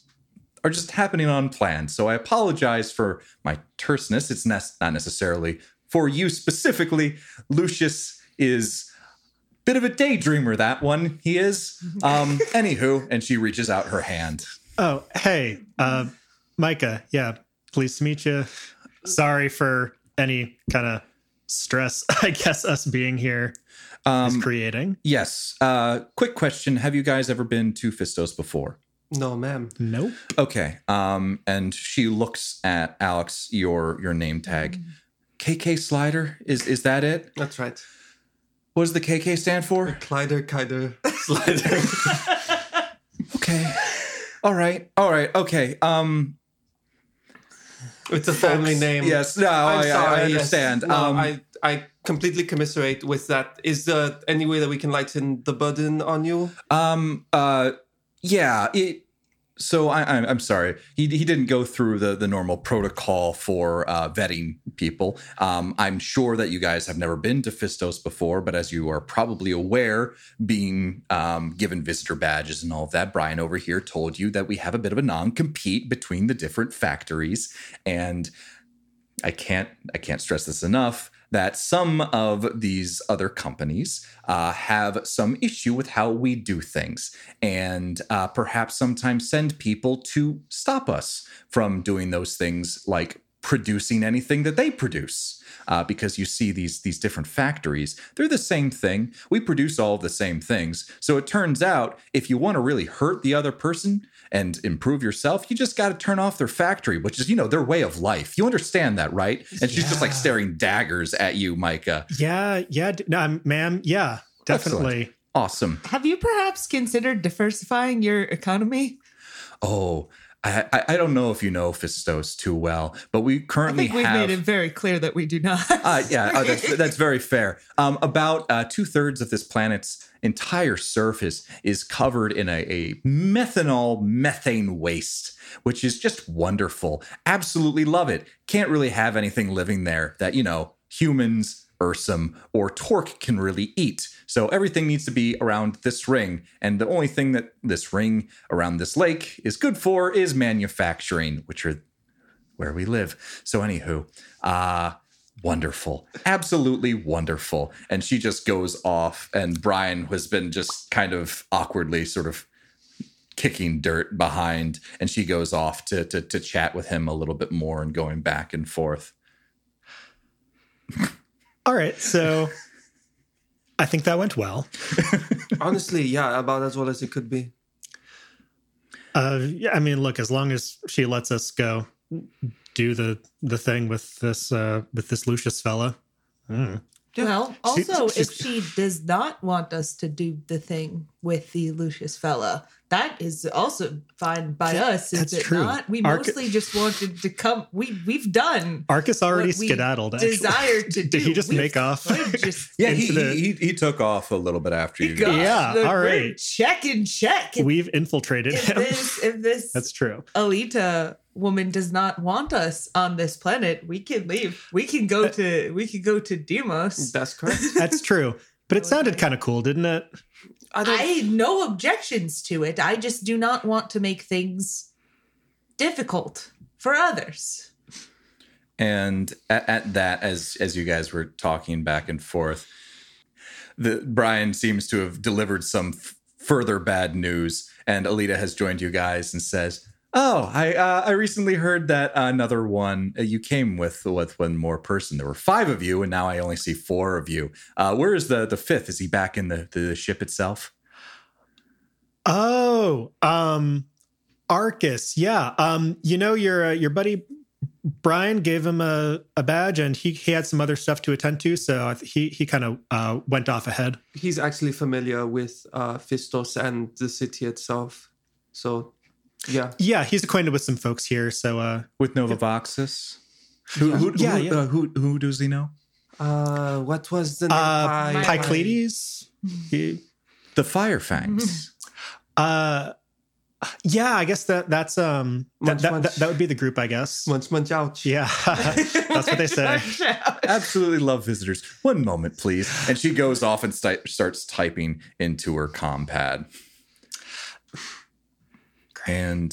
[SPEAKER 2] are just happening unplanned. So I apologize for my terseness. It's ne- not necessarily for you specifically. Lucius is a bit of a daydreamer. That one he is. Um, anywho, and she reaches out her hand.
[SPEAKER 3] Oh, hey, uh, Micah. Yeah, pleased to meet you. Sorry for any kind of stress. I guess us being here is
[SPEAKER 2] Um,
[SPEAKER 3] creating.
[SPEAKER 2] yes. Uh, quick question: Have you guys ever been to Fistos before?
[SPEAKER 1] No, ma'am.
[SPEAKER 3] Nope.
[SPEAKER 2] Okay. Um, and she looks at Alex, your your name tag. KK Slider is is that it?
[SPEAKER 1] That's right.
[SPEAKER 2] What does the KK stand for?
[SPEAKER 1] Clyder, Kyder, Slider.
[SPEAKER 2] Okay. All right. All right. Okay. Um.
[SPEAKER 1] it's a family name.
[SPEAKER 2] Yes. No. I, I-
[SPEAKER 1] I'm sorry.
[SPEAKER 2] I
[SPEAKER 1] yes.
[SPEAKER 2] understand.
[SPEAKER 1] No,
[SPEAKER 2] um.
[SPEAKER 1] I, I completely commiserate with that. Is there any way that we can lighten the burden on you?
[SPEAKER 2] um. Uh. Yeah. It. So I, I'm, I'm sorry. He, he didn't go through the, the normal protocol for uh, vetting people. Um, I'm sure that you guys have never been to Fistos before, but as you are probably aware, being um, given visitor badges and all of that, Brian over here told you that we have a bit of a non compete between the different factories, and I can't I can't stress this enough that some of these other companies uh, have some issue with how we do things and uh, perhaps sometimes send people to stop us from doing those things like producing anything that they produce uh, because you see these these different factories they're the same thing we produce all the same things so it turns out if you want to really hurt the other person and improve yourself you just got to turn off their factory which is you know their way of life you understand that right and she's just like
[SPEAKER 1] Yeah.
[SPEAKER 2] staring daggers at you micah
[SPEAKER 3] Yeah, yeah. d- No, I'm- ma'am. Yeah, definitely.
[SPEAKER 2] awesome
[SPEAKER 4] Have you perhaps considered diversifying your economy?
[SPEAKER 2] oh I, I- I don't know if you know Fistos too well, but we currently
[SPEAKER 4] I think we've
[SPEAKER 2] have
[SPEAKER 4] made it very clear that we do not.
[SPEAKER 2] Uh, yeah, uh, that's, that's very fair. Um, about uh, two thirds of this planet's entire surface is covered in a, a methanol methane waste, which is just wonderful. Absolutely love it. Can't really have anything living there that, you know, humans, Ursum, or Torque can really eat. So everything needs to be around this ring. And the only thing that this ring around this lake is good for is manufacturing, which are where we live. So, anywho, uh, wonderful, absolutely wonderful. And she just goes off, and Brian has been just kind of awkwardly sort of kicking dirt behind, and she goes off to to, to chat with him a little bit more and going back and forth.
[SPEAKER 3] All right. So, I think that went well.
[SPEAKER 1] Honestly, yeah, about as well as it could be.
[SPEAKER 3] Uh, yeah, I mean, look, as long as she lets us go, do the the thing with this uh, with this Lucius fella. Mm.
[SPEAKER 4] Well, also,
[SPEAKER 3] she's-
[SPEAKER 4] if she does not want us to do the thing with the Lucius fella, that is also fine by us, is
[SPEAKER 3] that's
[SPEAKER 4] it
[SPEAKER 3] true.
[SPEAKER 4] not? We
[SPEAKER 3] Our-
[SPEAKER 4] mostly just wanted to come. We we've done
[SPEAKER 3] Arcus already
[SPEAKER 4] What we
[SPEAKER 3] skedaddled. Actually.
[SPEAKER 4] desire to do.
[SPEAKER 3] Did he just
[SPEAKER 4] We've-
[SPEAKER 3] make off?
[SPEAKER 4] we've just
[SPEAKER 2] Yeah,
[SPEAKER 3] he-
[SPEAKER 2] he,
[SPEAKER 3] Into the-
[SPEAKER 2] he he took off a little bit after you.
[SPEAKER 4] God,
[SPEAKER 2] guys.
[SPEAKER 3] Yeah,
[SPEAKER 4] look,
[SPEAKER 3] all
[SPEAKER 4] we're
[SPEAKER 3] right.
[SPEAKER 4] Check and check. If,
[SPEAKER 3] We've infiltrated
[SPEAKER 4] if
[SPEAKER 3] him.
[SPEAKER 4] this if this
[SPEAKER 3] That's true.
[SPEAKER 4] Alita woman does not want us on this planet, we can leave. We can go to we can go to Demos.
[SPEAKER 1] That's correct.
[SPEAKER 3] That's true. But it sounded kind of cool, didn't it?
[SPEAKER 1] I don't.
[SPEAKER 4] I had no objections to it. I just do not want to make things difficult for others.
[SPEAKER 2] And at, at that, as as you guys were talking back and forth, the Brian seems to have delivered some f- further bad news, and Alita has joined you guys and says, "Oh, I uh, I recently heard that another one uh, you came with with one more person. There were five of you, and now I only see four of you. Uh, where is the the fifth? Is he back in the the ship itself?"
[SPEAKER 3] Oh, um, Arcus. Yeah. Um, you know your uh, your buddy Brian gave him a, a badge, and he he had some other stuff to attend to, so I th- he he kind of uh, went off ahead.
[SPEAKER 1] He's actually familiar with uh, Fistos and the city itself. So, yeah.
[SPEAKER 3] Yeah, he's acquainted with some folks here, so uh,
[SPEAKER 2] With Novavoxis? Who, who,
[SPEAKER 3] Yeah,
[SPEAKER 2] who,
[SPEAKER 3] yeah.
[SPEAKER 2] Uh, who, who does he know?
[SPEAKER 1] Uh, what was the name?
[SPEAKER 3] uh,
[SPEAKER 1] Pi-
[SPEAKER 3] Pycleides. He,
[SPEAKER 2] The Firefangs.
[SPEAKER 3] uh, yeah, I guess that that's um that
[SPEAKER 1] Munch,
[SPEAKER 3] that,
[SPEAKER 1] munch.
[SPEAKER 3] that, that would be the group, I guess.
[SPEAKER 1] Munch Munch Ouch.
[SPEAKER 3] Yeah, that's what they say.
[SPEAKER 2] Absolutely love visitors. One moment, please. And she goes off and sti- starts typing into her compad. And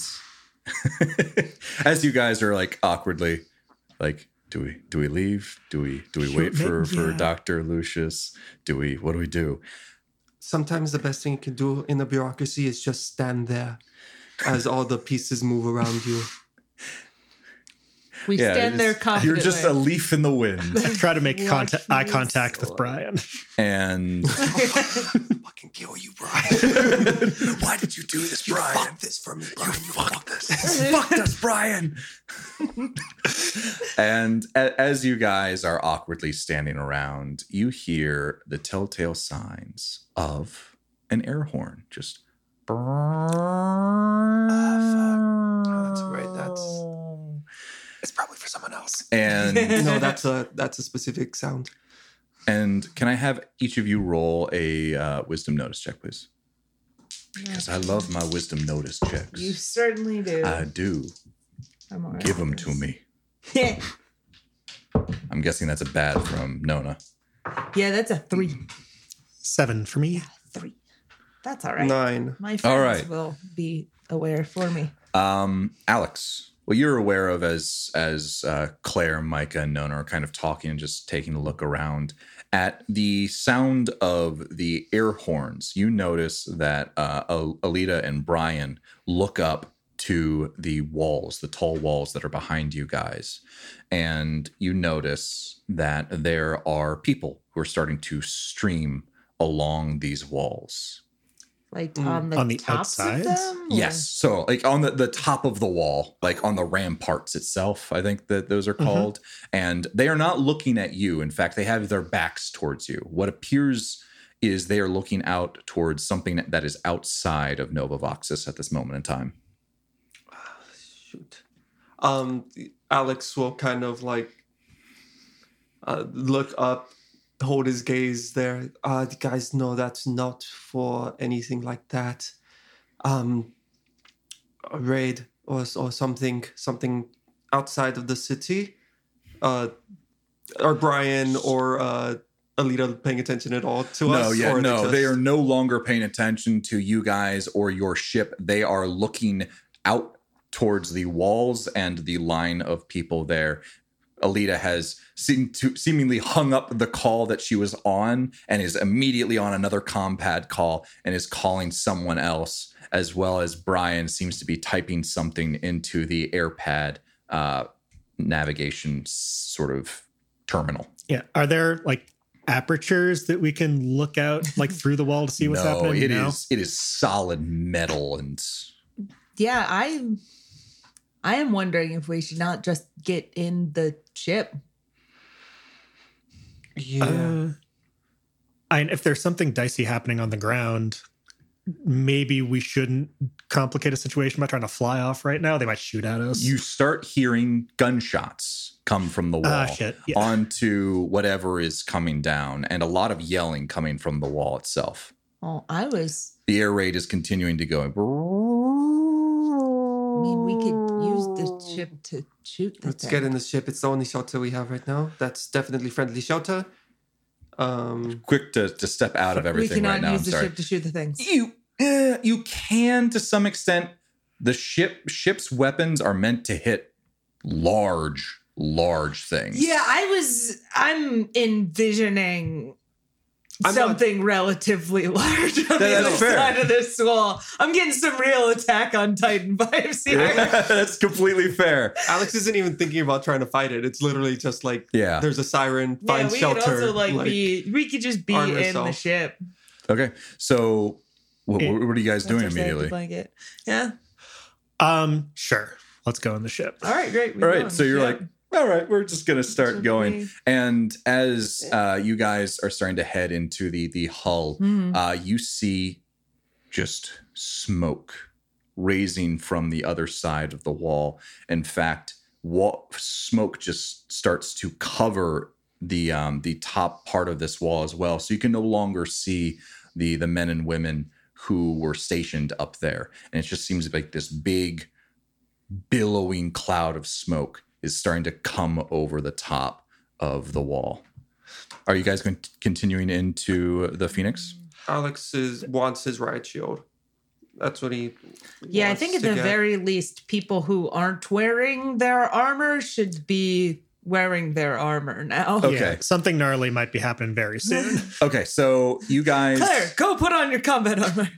[SPEAKER 2] as you guys are like awkwardly, like, do we do we leave? Do we do we wait for for
[SPEAKER 3] Yeah.
[SPEAKER 2] Doctor Lucius? Do we what do we do?
[SPEAKER 1] Sometimes the best thing you can do in a bureaucracy is just stand there as all the pieces move around you.
[SPEAKER 4] We stand there
[SPEAKER 2] just-
[SPEAKER 4] confidently.
[SPEAKER 2] you're just a leaf in the wind.
[SPEAKER 3] Try to make contact, eye
[SPEAKER 4] me
[SPEAKER 3] contact with Brian.
[SPEAKER 2] And
[SPEAKER 1] fucking kill you, Brian.
[SPEAKER 2] why did you do this,
[SPEAKER 1] Fuck this for me, Brian. You fuck this.
[SPEAKER 2] Fuck us, Brian. and a- as you guys are awkwardly standing around, you hear the telltale signs of an air horn. Just.
[SPEAKER 1] that's right, that's- It's probably for someone else.
[SPEAKER 2] And
[SPEAKER 1] No, that's a that's a specific sound.
[SPEAKER 2] and can I have each of you roll a uh, wisdom notice check, please? Because I love my wisdom notice checks.
[SPEAKER 4] You certainly do.
[SPEAKER 2] I do.
[SPEAKER 4] I'm all right
[SPEAKER 2] Give them
[SPEAKER 4] with
[SPEAKER 2] to
[SPEAKER 4] this.
[SPEAKER 2] me.
[SPEAKER 4] Yeah.
[SPEAKER 2] I'm guessing that's a bad from Nona.
[SPEAKER 4] yeah, that's a three.
[SPEAKER 3] Seven for me.
[SPEAKER 4] Three. That's all right.
[SPEAKER 1] Nine.
[SPEAKER 4] My friends
[SPEAKER 2] All right.
[SPEAKER 4] will be aware for me.
[SPEAKER 2] Um, Alex, what you're aware of as as uh, Claire, Micah, and Nona are kind of talking and just taking a look around at the sound of the air horns. You notice that uh, Al- Alita and Brian look up to the walls, the tall walls that are behind you guys, and you notice that there are people who are starting to stream along these walls.
[SPEAKER 4] Like
[SPEAKER 1] Mm.
[SPEAKER 4] on the
[SPEAKER 3] On the
[SPEAKER 4] tops of
[SPEAKER 3] outsides?
[SPEAKER 4] them, or-
[SPEAKER 2] Yes. So like on the, the top of the wall, like on the ramparts itself, I think that those are called. And they are not looking at you. In fact, they have their backs towards you. What appears is they are looking out towards something that is outside of Novavoxis at this moment in time.
[SPEAKER 1] Shoot. Um, Alex will kind of like uh, look up, hold his gaze there. Uh, the guys, no, that's not for anything like that. Um, a raid or or something, something outside of the city. Uh, or Brian or uh, Alita paying attention at all to
[SPEAKER 2] no,
[SPEAKER 1] us?
[SPEAKER 2] yeah,
[SPEAKER 1] or
[SPEAKER 2] no. They
[SPEAKER 1] just-
[SPEAKER 2] are no longer paying attention to you guys or your ship. They are looking out towards the walls and the line of people there. Alita has seemed to seemingly hung up the call that she was on and is immediately on another compad call and is calling someone else, as well as Brian seems to be typing something into the AirPad uh, navigation sort of terminal.
[SPEAKER 3] Yeah. Are there like apertures that we can look out like through the wall to see what's
[SPEAKER 2] no,
[SPEAKER 3] happening?
[SPEAKER 2] it
[SPEAKER 3] No?
[SPEAKER 2] is- it is solid metal and
[SPEAKER 4] Yeah, I I am wondering if we should not just get in the ship.
[SPEAKER 1] Yeah.
[SPEAKER 3] Uh, I, if there's something dicey happening on the ground, maybe we shouldn't complicate a situation by trying to fly off right now. They might shoot at us.
[SPEAKER 2] you start hearing gunshots come from the wall
[SPEAKER 3] ah, shit. Yeah.
[SPEAKER 2] onto whatever is coming down and a lot of yelling coming from the wall itself.
[SPEAKER 4] Oh, I was.
[SPEAKER 2] The air raid is continuing to go.
[SPEAKER 4] I mean, we could use the ship to shoot. The
[SPEAKER 1] Let's
[SPEAKER 4] thing.
[SPEAKER 1] get in the ship. It's the only shelter we have right now. That's definitely friendly shelter. Um,
[SPEAKER 2] Quick to, to step out of
[SPEAKER 4] We
[SPEAKER 2] everything
[SPEAKER 4] cannot
[SPEAKER 2] right now. I'm
[SPEAKER 4] use the
[SPEAKER 2] sorry.
[SPEAKER 4] ship to shoot the things.
[SPEAKER 2] You eh, you can to some extent, the ship ship's weapons are meant to hit large, large things.
[SPEAKER 4] Yeah, I was. I'm envisioning
[SPEAKER 1] I'm not-
[SPEAKER 4] something relatively large on the
[SPEAKER 2] that's
[SPEAKER 4] other
[SPEAKER 2] fair.
[SPEAKER 4] side of this wall. I'm getting some real Attack on Titan vibes here.
[SPEAKER 2] That's completely fair.
[SPEAKER 1] Alex isn't even thinking about trying to fight it. It's literally just like
[SPEAKER 2] Yeah.
[SPEAKER 1] there's a siren,
[SPEAKER 4] Yeah,
[SPEAKER 1] find
[SPEAKER 4] we
[SPEAKER 1] shelter.
[SPEAKER 4] could also like,
[SPEAKER 1] like-
[SPEAKER 4] be. We could just be
[SPEAKER 1] arm
[SPEAKER 4] in the
[SPEAKER 1] yourself.
[SPEAKER 4] ship.
[SPEAKER 2] Okay. So what,
[SPEAKER 3] It-
[SPEAKER 2] what are you guys doing
[SPEAKER 4] That's our safety
[SPEAKER 2] immediately?
[SPEAKER 4] Blanket. Yeah.
[SPEAKER 3] Um, sure. Let's go in the ship.
[SPEAKER 4] All right. Great. we
[SPEAKER 2] All
[SPEAKER 4] go on
[SPEAKER 2] right.
[SPEAKER 4] the
[SPEAKER 2] So you're
[SPEAKER 4] ship.
[SPEAKER 2] like, all right, we're just gonna start
[SPEAKER 4] Should
[SPEAKER 2] going.
[SPEAKER 4] we-
[SPEAKER 2] And as uh, you guys are starting to head into the the hull,
[SPEAKER 4] Mhm.
[SPEAKER 2] uh, you see just smoke raising from the other side of the wall. In fact, wall, smoke just starts to cover the um, the top part of this wall as well, so you can no longer see the the men and women who were stationed up there, and it just seems like this big billowing cloud of smoke is starting to come over the top of the wall. Are you guys going continuing into the Phoenix?
[SPEAKER 1] Alex is, wants his riot shield. That's what he.
[SPEAKER 4] Yeah, I
[SPEAKER 1] wants
[SPEAKER 4] think at
[SPEAKER 1] to
[SPEAKER 4] the
[SPEAKER 1] get.
[SPEAKER 4] very least, people who aren't wearing their armor should be wearing their armor now.
[SPEAKER 2] Okay.
[SPEAKER 3] Yeah, something gnarly might be happening very soon.
[SPEAKER 2] Okay, so you guys.
[SPEAKER 4] Claire, go put on your combat armor.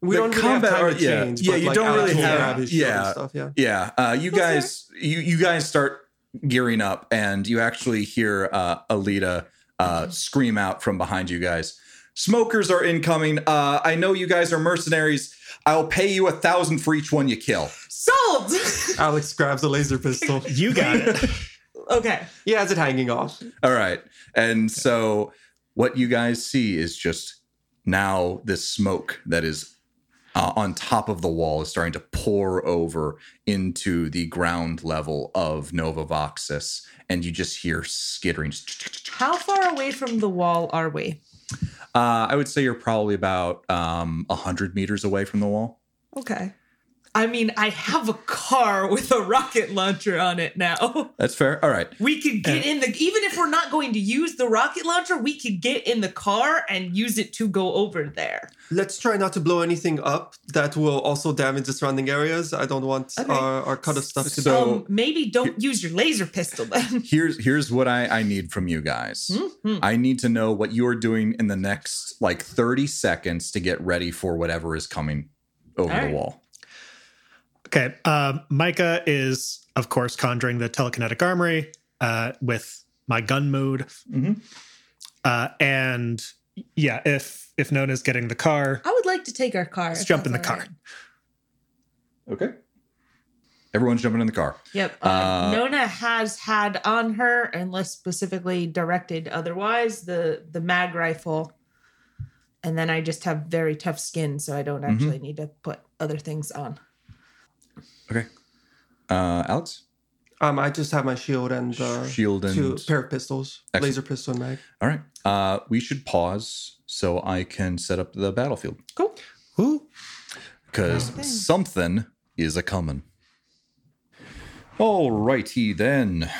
[SPEAKER 1] We
[SPEAKER 2] the
[SPEAKER 1] don't really have
[SPEAKER 2] combat
[SPEAKER 1] time
[SPEAKER 2] art-
[SPEAKER 1] to
[SPEAKER 2] yeah,
[SPEAKER 1] change.
[SPEAKER 2] yeah,
[SPEAKER 1] but,
[SPEAKER 2] you
[SPEAKER 1] like,
[SPEAKER 2] don't
[SPEAKER 1] Alex
[SPEAKER 2] really
[SPEAKER 1] will
[SPEAKER 2] have-
[SPEAKER 1] grab his shield and
[SPEAKER 2] yeah.
[SPEAKER 1] stuff, yeah.
[SPEAKER 2] Yeah, uh, you
[SPEAKER 4] That's fair.
[SPEAKER 2] guys, you you guys start gearing up, and you actually hear uh, Alita uh, scream out from behind you guys. Smokers are incoming. Uh, I know you guys are mercenaries. I'll pay you a thousand for each one you kill.
[SPEAKER 4] Sold!
[SPEAKER 1] Alex grabs a laser pistol.
[SPEAKER 3] You got it.
[SPEAKER 4] okay.
[SPEAKER 1] He has it hanging off.
[SPEAKER 2] All right. And so what you guys see is just now this smoke that is uh, on top of the wall is starting to pour over into the ground level of Nova Voxis. And you just hear skittering.
[SPEAKER 4] How far away from the wall are we?
[SPEAKER 2] Uh, I would say you're probably about um, 100 meters away from the wall.
[SPEAKER 4] Okay. I mean, I have a car with a rocket launcher on it now.
[SPEAKER 2] That's fair. All right.
[SPEAKER 4] We could get
[SPEAKER 3] Yeah.
[SPEAKER 4] in the, even if we're not going to use the rocket launcher, we could get in the car and use it to go over there.
[SPEAKER 1] Let's try not to blow anything up that will also damage the surrounding areas. I don't want
[SPEAKER 4] Okay.
[SPEAKER 1] our, our cut of stuff to
[SPEAKER 2] So-
[SPEAKER 4] um, maybe don't use your laser pistol then.
[SPEAKER 2] Here's here's what I, I need from you guys.
[SPEAKER 4] Mhm.
[SPEAKER 2] I need to know what you are doing in the next like 30 seconds to get ready for whatever is coming over
[SPEAKER 4] All
[SPEAKER 2] the
[SPEAKER 4] right.
[SPEAKER 2] wall.
[SPEAKER 3] Okay. Um, Micah is, of course, conjuring the telekinetic armory uh, with my gun mode.
[SPEAKER 2] Mhm.
[SPEAKER 3] Uh, and yeah, if if Nona's getting the car,
[SPEAKER 4] I would like to take our car.
[SPEAKER 3] Let's
[SPEAKER 4] if
[SPEAKER 3] jump
[SPEAKER 4] that's
[SPEAKER 3] in the
[SPEAKER 4] all
[SPEAKER 3] car.
[SPEAKER 4] right.
[SPEAKER 2] Okay. Everyone's jumping in the car.
[SPEAKER 4] Yep. Uh,
[SPEAKER 2] Uh,
[SPEAKER 4] Nona has had on her, unless specifically directed otherwise, the the mag rifle. And then I just have very tough skin, so I don't
[SPEAKER 2] Mhm.
[SPEAKER 4] actually need to put other things on.
[SPEAKER 2] Uh, Alex,
[SPEAKER 1] Um, I just have my shield and uh,
[SPEAKER 2] shield and
[SPEAKER 1] two pair of pistols,
[SPEAKER 2] Excellent.
[SPEAKER 1] laser pistol and mag.
[SPEAKER 2] all right. Uh, we should pause so I can set up the battlefield
[SPEAKER 4] Cool.
[SPEAKER 3] who?
[SPEAKER 2] because
[SPEAKER 4] Okay.
[SPEAKER 2] something is a coming. All righty then.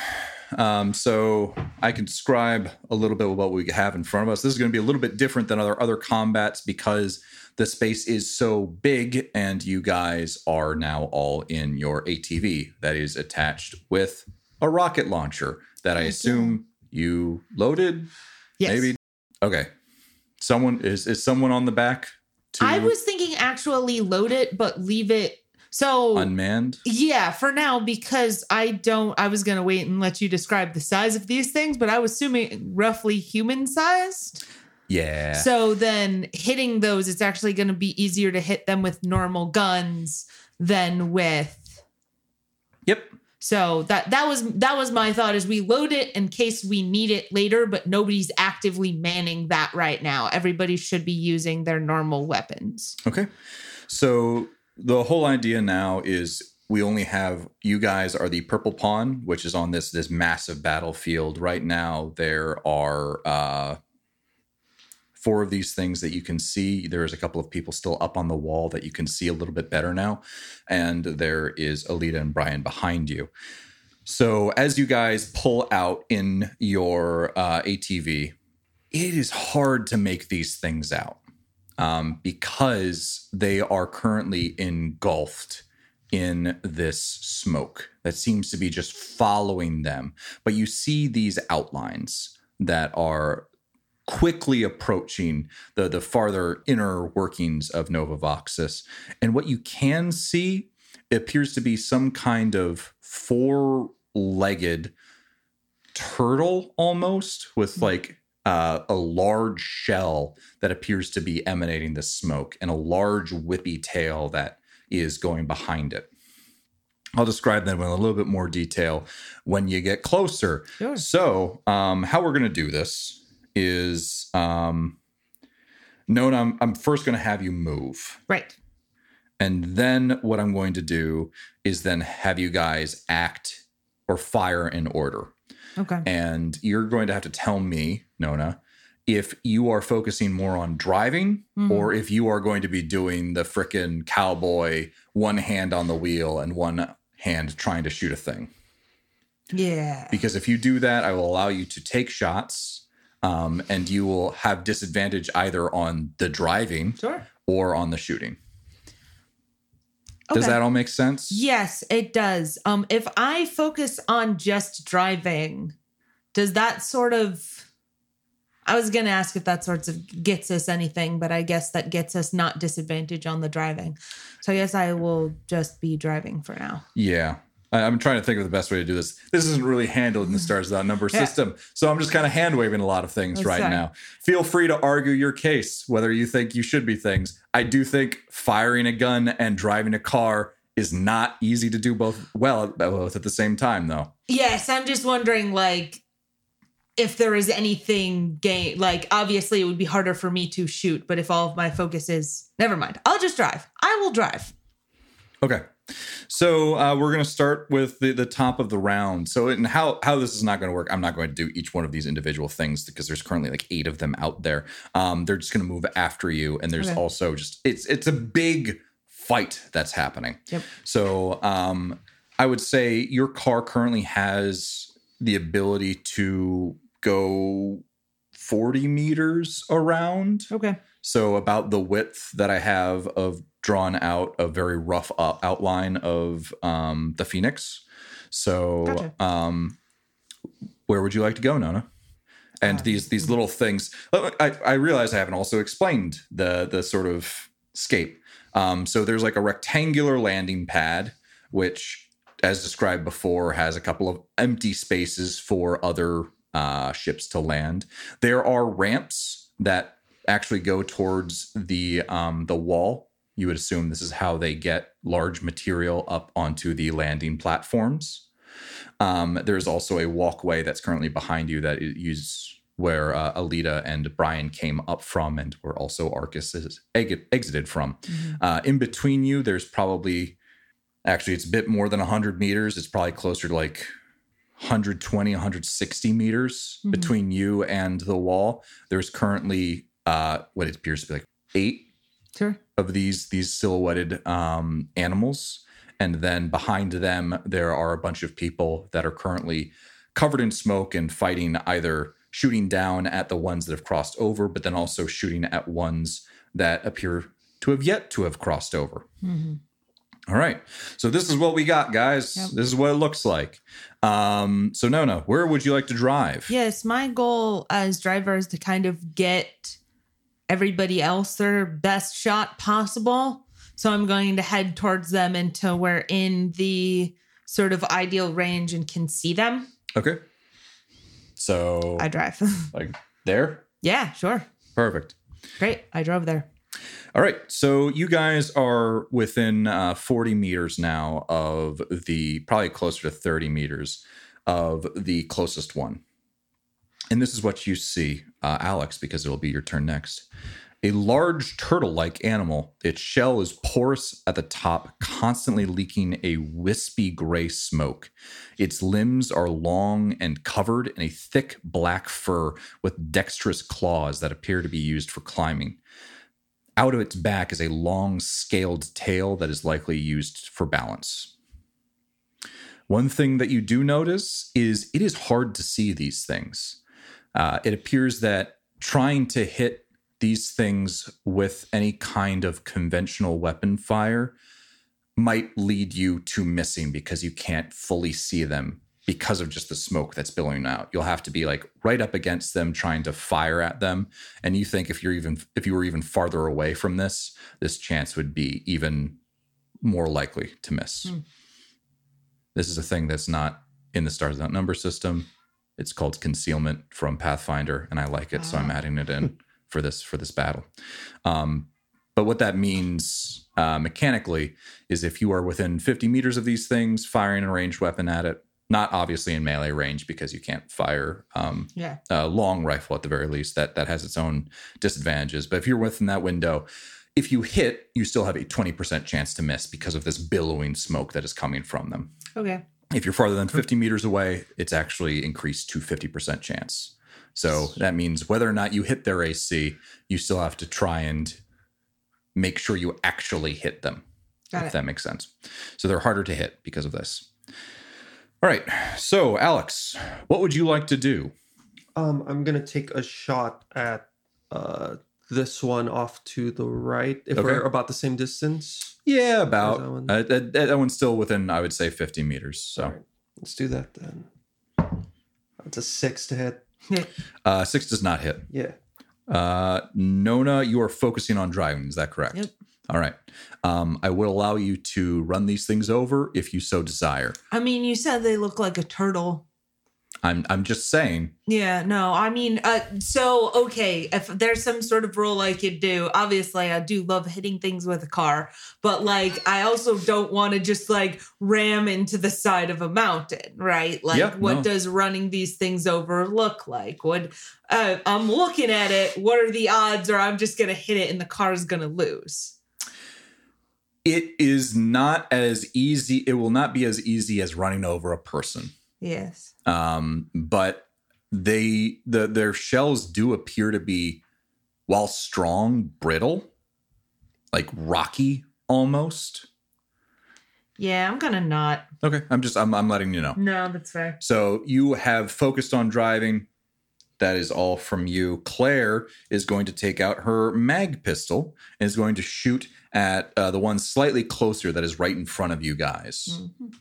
[SPEAKER 2] Um, so I can describe a little bit about what we have in front of us. This is going to be a little bit different than other other combats because the space is so big, and you guys are now all in your ATV that is attached with a rocket launcher that I assume you loaded.
[SPEAKER 4] Yes.
[SPEAKER 2] Maybe. Okay. Someone is is someone on the back to
[SPEAKER 4] I was thinking actually load it, but leave it. So
[SPEAKER 2] unmanned.
[SPEAKER 4] yeah, for now because I don't. I was gonna wait and let you describe the size of these things, but I was assuming roughly human sized.
[SPEAKER 2] Yeah.
[SPEAKER 4] So then hitting those, it's actually going to be easier to hit them with normal guns than with.
[SPEAKER 2] yep.
[SPEAKER 4] So that that was that was my thought is we load it in case we need it later, but nobody's actively manning that right now. Everybody should be using their normal weapons.
[SPEAKER 2] Okay. So the whole idea now is we only have you guys are the purple pawn, which is on this this massive battlefield. Right now there are uh four of these things that you can see. There's a couple of people still up on the wall that you can see a little bit better now. And there is Alita and Brian behind you. So as you guys pull out in your uh, ATV, it is hard to make these things out. um, because they are currently engulfed in this smoke that seems to be just following them. But you see these outlines that are quickly approaching the, the farther inner workings of Nova Voxis. And what you can see appears to be some kind of four legged turtle almost with like uh, a large shell that appears to be emanating the smoke and a large whippy tail that is going behind it. I'll describe them in a little bit more detail when you get closer.
[SPEAKER 4] Sure.
[SPEAKER 2] So, um, how we're going to do this is um, known. I'm, I'm first going to have you move.
[SPEAKER 4] Right.
[SPEAKER 2] And then what I'm going to do is then have you guys act or fire in order.
[SPEAKER 4] Okay.
[SPEAKER 2] And you're going to have to tell me, Nona, if you are focusing more on driving
[SPEAKER 4] Mhm.
[SPEAKER 2] or if you are going to be doing the frickin' cowboy one hand on the wheel and one hand trying to shoot a thing.
[SPEAKER 4] Yeah.
[SPEAKER 2] Because if you do that, I will allow you to take shots um, and you will have disadvantage either on the driving
[SPEAKER 4] Sure.
[SPEAKER 2] or on the shooting. Does
[SPEAKER 4] Okay.
[SPEAKER 2] that all make sense?
[SPEAKER 4] Yes, it does. Um, if I focus on just driving, does that sort of? I was gonna ask if that sorts of gets us anything, but I guess that gets us not disadvantage on the driving. So I guess I will just be driving for now.
[SPEAKER 2] Yeah. I- I'm trying to think of the best way to do this. This isn't really handled in the Stars Without Number
[SPEAKER 4] Yeah.
[SPEAKER 2] system. So I'm just kind of hand waving a lot of things
[SPEAKER 4] That's
[SPEAKER 2] right
[SPEAKER 4] fine.
[SPEAKER 2] now. Feel free to argue your case, whether you think you should be things. I do think firing a gun and driving a car is not easy to do both well both at the same time, though.
[SPEAKER 4] Yes, I'm just wondering, like, if there is anything gain. Like, obviously, it would be harder for me to shoot, but if all of my focus is, never mind. I'll just drive. I will drive.
[SPEAKER 2] Okay. So uh, we're going to start with the, the top of the round. So and how how this is not going to work, I'm not going to do each one of these individual things because there's currently like eight of them out there. Um, they're just going to move after you, and there's
[SPEAKER 4] Okay.
[SPEAKER 2] also just it's it's a big fight that's happening.
[SPEAKER 4] Yep.
[SPEAKER 2] So um, I would say your car currently has the ability to go 40 meters around.
[SPEAKER 4] Okay.
[SPEAKER 2] So about the width that I have of drawn out a very rough uh, outline of um, the Phoenix. So
[SPEAKER 4] Gotcha.
[SPEAKER 2] um, where would you like to go, Nona? And
[SPEAKER 4] Um,
[SPEAKER 2] these these little things. oh, I, I realize I haven't also explained the the sort of scape. Um, so there's like a rectangular landing pad, which, as described before, has a couple of empty spaces for other uh, ships to land. There are ramps that actually go towards the um, the wall. You would assume this is how they get large material up onto the landing platforms. Um, there's also a walkway that's currently behind you that is use where uh, Alita and Brian came up from, and where also Arcus is eg- exited from.
[SPEAKER 4] Mm-hmm.
[SPEAKER 2] Uh, in between you, there's probably actually it's a bit more than 100 meters. It's probably closer to like 120, 160 meters
[SPEAKER 4] Mhm.
[SPEAKER 2] between you and the wall. There's currently uh, what it appears to be like eight
[SPEAKER 4] Sure.
[SPEAKER 2] of these these silhouetted um, animals, and then behind them there are a bunch of people that are currently covered in smoke and fighting, either shooting down at the ones that have crossed over, but then also shooting at ones that appear to have yet to have crossed over.
[SPEAKER 4] hmm
[SPEAKER 2] All right, so this is what we got, guys.
[SPEAKER 4] Yep.
[SPEAKER 2] This is what it looks like. Um, so Nona, where would you like to drive?
[SPEAKER 4] Yes, my goal as driver is to kind of get everybody else their best shot possible. So I'm going to head towards them until we're in the sort of ideal range and can see them.
[SPEAKER 2] Okay. So
[SPEAKER 4] I drive.
[SPEAKER 2] like there,
[SPEAKER 4] yeah, sure.
[SPEAKER 2] perfect.
[SPEAKER 4] Great. I drove there.
[SPEAKER 2] All right, so you guys are within uh, 40 meters now of the probably closer to 30 meters of the closest one. And this is what you see, uh, Alex, because it'll be your turn next. A large turtle like animal, its shell is porous at the top, constantly leaking a wispy gray smoke. Its limbs are long and covered in a thick black fur with dexterous claws that appear to be used for climbing. Out of its back is a long scaled tail that is likely used for balance. One thing that you do notice is it is hard to see these things. Uh, it appears that trying to hit these things with any kind of conventional weapon fire might lead you to missing because you can't fully see them because of just the smoke that's billowing out. You'll have to be like right up against them trying to fire at them and you think if you're even if you were even farther away from this, this chance would be even more likely to miss.
[SPEAKER 4] Hmm.
[SPEAKER 2] This is a thing that's not in the stars without number system. It's called concealment from Pathfinder and I like it so I'm
[SPEAKER 4] Ah.
[SPEAKER 2] adding it in for this for this battle. Um, but what that means uh, mechanically is if you are within 50 meters of these things, firing a ranged weapon at it. Not obviously in melee range because you can't fire um,
[SPEAKER 4] Yeah.
[SPEAKER 2] a long rifle at the very least. That that has its own disadvantages. But if you're within that window, if you hit, you still have a 20% chance to miss because of this billowing smoke that is coming from them.
[SPEAKER 4] Okay.
[SPEAKER 2] If you're farther than 50 meters away, it's actually increased to 50% chance. So that means whether or not you hit their AC, you still have to try and make sure you actually hit them,
[SPEAKER 4] Got
[SPEAKER 2] if
[SPEAKER 4] it.
[SPEAKER 2] that makes sense. So they're harder to hit because of this. All right. So, Alex, what would you like to do?
[SPEAKER 1] Um, I'm gonna take a shot at uh this one off to the right. If
[SPEAKER 2] Okay.
[SPEAKER 1] we're about the same distance,
[SPEAKER 2] Yeah, about.
[SPEAKER 1] that
[SPEAKER 2] That,
[SPEAKER 1] one?
[SPEAKER 2] Uh, that, that one's still within, I would say, 50 meters. So
[SPEAKER 1] All right. let's do that then. That's a six to hit.
[SPEAKER 2] uh, six does not hit.
[SPEAKER 1] Yeah.
[SPEAKER 2] Uh, Nona, you are focusing on driving. Is that correct?
[SPEAKER 4] Yep.
[SPEAKER 2] All right. Um, I would allow you to run these things over if you so desire.
[SPEAKER 4] I mean, you said they look like a turtle.
[SPEAKER 2] I'm I'm just saying.
[SPEAKER 4] Yeah, no, I mean, uh, so okay, if there's some sort of rule I could do, obviously I do love hitting things with a car, but like I also don't want to just like ram into the side of a mountain, right? Like,
[SPEAKER 2] Yeah,
[SPEAKER 4] what
[SPEAKER 2] no.
[SPEAKER 4] does running these things over look like? What uh, I'm looking at it, what are the odds, or I'm just gonna hit it and the car's gonna lose?
[SPEAKER 2] It is not as easy. It will not be as easy as running over a person.
[SPEAKER 4] Yes,
[SPEAKER 2] um, but they the their shells do appear to be while strong brittle like rocky almost
[SPEAKER 4] yeah, I'm gonna not.
[SPEAKER 2] okay i'm just i'm, I'm letting you know
[SPEAKER 4] No, that's fair.
[SPEAKER 2] so you have focused on driving that is all from you claire is going to take out her mag pistol and is going to shoot at uh, the one slightly closer that is right in front of you guys
[SPEAKER 4] Mhm.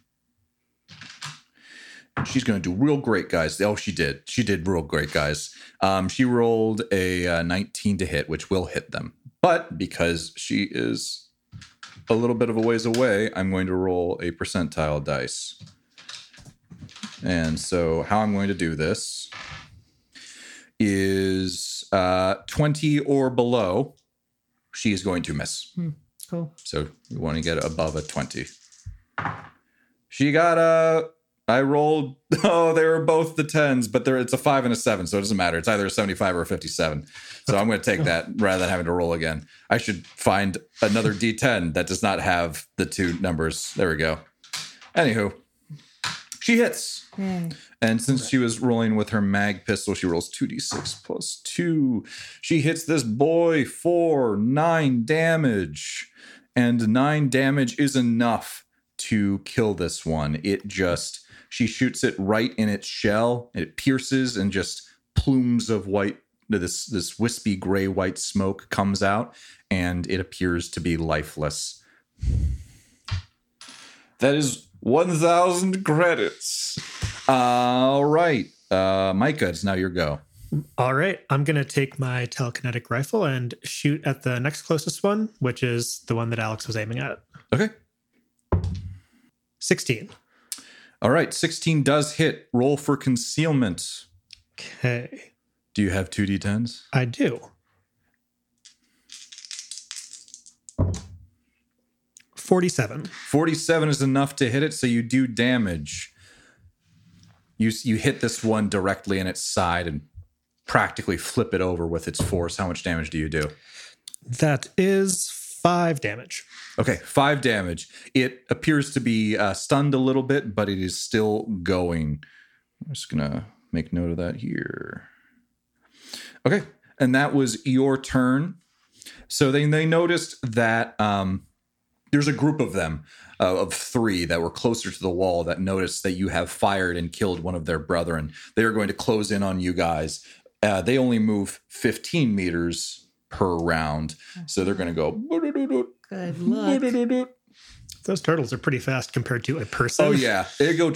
[SPEAKER 2] She's going to do real great, guys. Oh, she did. She did real great, guys. Um, she rolled a uh, 19 to hit, which will hit them. But because she is a little bit of a ways away, I'm going to roll a percentile dice. And so, how I'm going to do this is uh, 20 or below, she is going to miss.
[SPEAKER 4] Cool.
[SPEAKER 2] So you want to get above a 20. She got a. I rolled. Oh, they were both the tens, but there it's a five and a seven, so it doesn't matter. It's either a seventy-five or a fifty-seven. So I'm going to take that rather than having to roll again. I should find another D10 that does not have the two numbers. There we go. Anywho, she hits.
[SPEAKER 4] Yeah.
[SPEAKER 2] And since she was rolling with her mag pistol, she rolls 2d6 plus 2. She hits this boy for 9 damage. And 9 damage is enough to kill this one. It just, she shoots it right in its shell. It pierces and just plumes of white, this, this wispy gray white smoke comes out and it appears to be lifeless. That is 1,000 credits. All right. Uh, Micah, it's now your go.
[SPEAKER 3] All right, I'm going to take my telekinetic rifle and shoot at the next closest one, which is the one that Alex was aiming at.
[SPEAKER 2] Okay.
[SPEAKER 3] 16.
[SPEAKER 2] All right. 16 does hit. Roll for concealment.
[SPEAKER 3] Okay,
[SPEAKER 2] Do you have 2d10s?
[SPEAKER 3] I do. Forty-seven.
[SPEAKER 2] 47 is enough to hit it, so you do damage. You, you hit this one directly in its side and practically flip it over with its force. How much damage do you do?
[SPEAKER 3] That is five damage.
[SPEAKER 2] Okay, five damage. It appears to be uh, stunned a little bit, but it is still going. I'm just gonna make note of that here. Okay, and that was your turn. So then they noticed that um, there's a group of them uh, of three that were closer to the wall that noticed that you have fired and killed one of their brethren. They are going to close in on you guys. Uh, they only move 15 meters per round. So they're going to go. "Boo-doo-doo-doo,
[SPEAKER 4] Good luck.
[SPEAKER 2] boo-doo-doo-doo."
[SPEAKER 3] Those turtles are pretty fast compared to a person.
[SPEAKER 2] Oh yeah, they go.